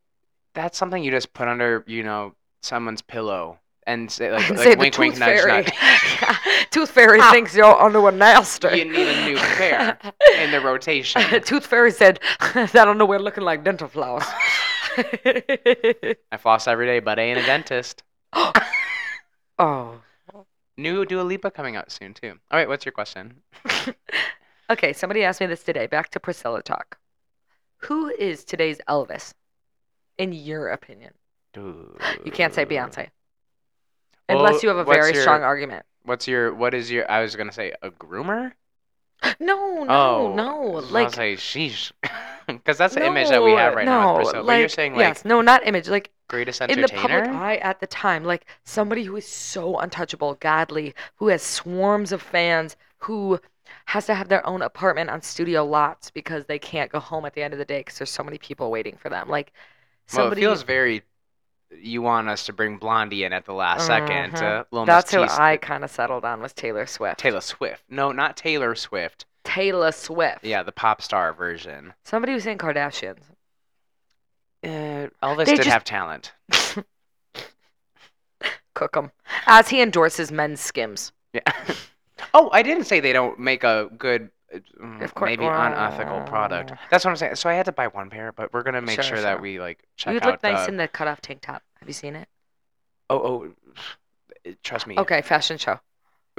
[SPEAKER 3] That's something you just put under, you know, someone's pillow and say,
[SPEAKER 4] [LAUGHS]
[SPEAKER 3] like,
[SPEAKER 4] And
[SPEAKER 3] like
[SPEAKER 4] say the
[SPEAKER 3] wink, wink,
[SPEAKER 4] tooth
[SPEAKER 3] nudge,
[SPEAKER 4] fairy. [LAUGHS]
[SPEAKER 3] nudge.
[SPEAKER 4] tooth fairy
[SPEAKER 3] Ah.
[SPEAKER 4] thinks your underwear nasty.
[SPEAKER 3] You need a
[SPEAKER 4] [LAUGHS]
[SPEAKER 3] new pair [LAUGHS] in the rotation.
[SPEAKER 4] Tooth fairy said [LAUGHS] that underwear looking like dental floss.
[SPEAKER 3] I floss every day, but I ain't a dentist.
[SPEAKER 4] [LAUGHS] oh.
[SPEAKER 3] New Dua Lipa coming out soon too. All right, what's your question?
[SPEAKER 4] Okay, somebody asked me this today. Back to Priscilla talk. Who is today's Elvis, in your opinion? [LAUGHS] You can't say Beyonce. Unless
[SPEAKER 3] Well,
[SPEAKER 4] you have a
[SPEAKER 3] what's
[SPEAKER 4] very
[SPEAKER 3] your-
[SPEAKER 4] strong argument.
[SPEAKER 3] What's your what is your I was gonna say a groomer?
[SPEAKER 4] No, no,
[SPEAKER 3] oh
[SPEAKER 4] no.
[SPEAKER 3] I was
[SPEAKER 4] Like,
[SPEAKER 3] gonna say sheesh. [LAUGHS] Because that's the image that we have
[SPEAKER 4] no,
[SPEAKER 3] right now
[SPEAKER 4] no,
[SPEAKER 3] with Priscilla. but you're
[SPEAKER 4] like,
[SPEAKER 3] saying like
[SPEAKER 4] yes, no, not image. Like
[SPEAKER 3] greatest
[SPEAKER 4] in the public
[SPEAKER 3] entertainer?
[SPEAKER 4] eye at the time, like somebody who is so untouchable, godly, who has swarms of fans, who has to have their own apartment on studio lots because they can't go home at the end of the day because there's so many people waiting for them. Like
[SPEAKER 3] well, it
[SPEAKER 4] somebody.
[SPEAKER 3] feels very you want us to bring Blondie in at the last second.
[SPEAKER 4] Mhm.
[SPEAKER 3] Uh, Lil Nas
[SPEAKER 4] that's who
[SPEAKER 3] T-
[SPEAKER 4] I kind of settled on was Taylor Swift.
[SPEAKER 3] Taylor Swift. No, not Taylor Swift.
[SPEAKER 4] Taylor Swift.
[SPEAKER 3] Yeah, the pop star version.
[SPEAKER 4] Somebody who's in Kardashians.
[SPEAKER 3] Uh, Elvis did
[SPEAKER 4] They just-
[SPEAKER 3] have talent.
[SPEAKER 4] Cook 'em. As he endorses men's skims.
[SPEAKER 3] Yeah. [LAUGHS] oh, I didn't say they don't make a good, uh, mm,
[SPEAKER 4] Of course-
[SPEAKER 3] maybe unethical product. That's what I'm saying. So I had to buy one pair, but we're gonna make
[SPEAKER 4] Sure,
[SPEAKER 3] sure, that
[SPEAKER 4] sure.
[SPEAKER 3] we like check
[SPEAKER 4] You'd
[SPEAKER 3] out
[SPEAKER 4] look nice
[SPEAKER 3] the.
[SPEAKER 4] in the cutoff tank top. Have you seen it?
[SPEAKER 3] oh, oh, trust me.
[SPEAKER 4] Okay, fashion show.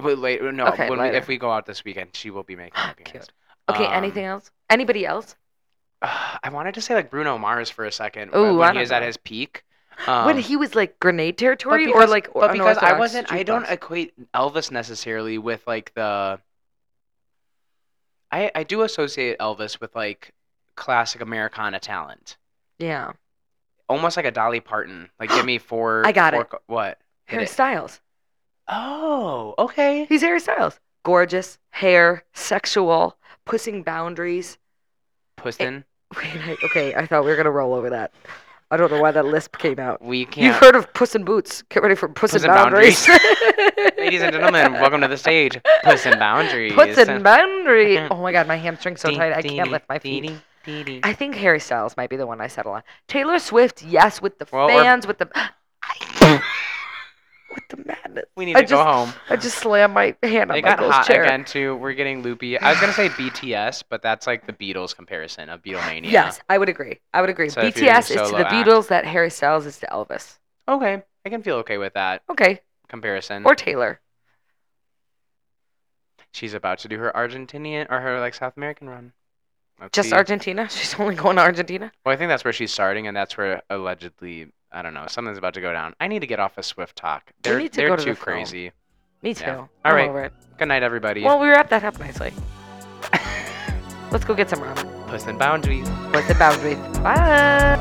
[SPEAKER 3] Wait, late, uh, no,
[SPEAKER 4] Okay,
[SPEAKER 3] when we,
[SPEAKER 4] later. Ah,
[SPEAKER 3] if we go out this weekend, she will be making an appearance.
[SPEAKER 4] Okay,
[SPEAKER 3] Oh, Um,
[SPEAKER 4] anything else? Anybody else?
[SPEAKER 3] [SIGHS] I wanted to say like Bruno Mars for a second
[SPEAKER 4] Ooh,
[SPEAKER 3] Ooh,
[SPEAKER 4] I
[SPEAKER 3] when he
[SPEAKER 4] don't
[SPEAKER 3] is at
[SPEAKER 4] know.
[SPEAKER 3] his peak. Um,
[SPEAKER 4] when he was like grenade territory
[SPEAKER 3] but because-
[SPEAKER 4] or like or
[SPEAKER 3] but because I
[SPEAKER 4] unorthodox
[SPEAKER 3] wasn't, I don't
[SPEAKER 4] jukebox?
[SPEAKER 3] equate Elvis necessarily with like the. I I do associate Elvis with like classic Americana talent,
[SPEAKER 4] yeah
[SPEAKER 3] almost like a Dolly Parton. Like, give
[SPEAKER 4] [GASPS]
[SPEAKER 3] me four.
[SPEAKER 4] I got
[SPEAKER 3] four
[SPEAKER 4] it.
[SPEAKER 3] co- What? Hit
[SPEAKER 4] Harry
[SPEAKER 3] it.
[SPEAKER 4] Styles
[SPEAKER 3] Oh, okay.
[SPEAKER 4] he's Harry Styles gorgeous, hair, sexual, pushing boundaries. [LAUGHS]
[SPEAKER 3] Pussin.
[SPEAKER 4] Wait, I, okay, I thought we were gonna roll over that. I don't know why that lisp came out.
[SPEAKER 3] We
[SPEAKER 4] You've [LAUGHS]
[SPEAKER 3] can't. [LAUGHS]
[SPEAKER 4] heard of Puss in Boots? Get ready for Puss,
[SPEAKER 3] Puss
[SPEAKER 4] in
[SPEAKER 3] in [LAUGHS]
[SPEAKER 4] Boundaries,
[SPEAKER 3] Ladies and gentlemen,
[SPEAKER 4] [LAUGHS]
[SPEAKER 3] welcome to the stage. Puss in Boundaries.
[SPEAKER 4] Puss in Boundaries.
[SPEAKER 3] [LAUGHS]
[SPEAKER 4] Oh my God, my hamstring's so tight I can't lift my feet.
[SPEAKER 3] feet.
[SPEAKER 4] I think Harry Styles might be the one I settle on. Taylor Swift, yes, with the
[SPEAKER 3] Well, or-
[SPEAKER 4] fans, with
[SPEAKER 3] [LAUGHS]
[SPEAKER 4] the I- with the madness.
[SPEAKER 3] We need
[SPEAKER 4] I
[SPEAKER 3] to go
[SPEAKER 4] just-
[SPEAKER 3] home.
[SPEAKER 4] I just slammed my hand on
[SPEAKER 3] It got
[SPEAKER 4] Michael's
[SPEAKER 3] hot
[SPEAKER 4] chair.
[SPEAKER 3] again too. We're getting loopy. I was gonna say BTS, but that's like the Beatles comparison of Beatlemania.
[SPEAKER 4] Yes, I would agree. I would agree.
[SPEAKER 3] So if you're doing
[SPEAKER 4] BTS is to
[SPEAKER 3] solo
[SPEAKER 4] the
[SPEAKER 3] act-
[SPEAKER 4] Beatles that Harry Styles is to Elvis.
[SPEAKER 3] Okay, I can feel okay with that
[SPEAKER 4] Okay,
[SPEAKER 3] comparison.
[SPEAKER 4] or Taylor.
[SPEAKER 3] She's about to do her Argentinian or her like South American run. Let's
[SPEAKER 4] Just
[SPEAKER 3] see.
[SPEAKER 4] Argentina. [LAUGHS] She's only going to Argentina.
[SPEAKER 3] Well, I think that's where she's starting, and that's where allegedly I don't know something's about to go down. I need to get off a Swift talk.
[SPEAKER 4] We
[SPEAKER 3] They're
[SPEAKER 4] need to
[SPEAKER 3] they're
[SPEAKER 4] go to
[SPEAKER 3] too
[SPEAKER 4] the phone.
[SPEAKER 3] crazy.
[SPEAKER 4] Me too.
[SPEAKER 3] Yeah.
[SPEAKER 4] All
[SPEAKER 3] All right.
[SPEAKER 4] over it.
[SPEAKER 3] Good night, everybody.
[SPEAKER 4] Well, we wrapped that up nicely. [LAUGHS] Let's go get some ramen.
[SPEAKER 3] Puss in Boundaries.
[SPEAKER 4] What's the boundaries? Bye.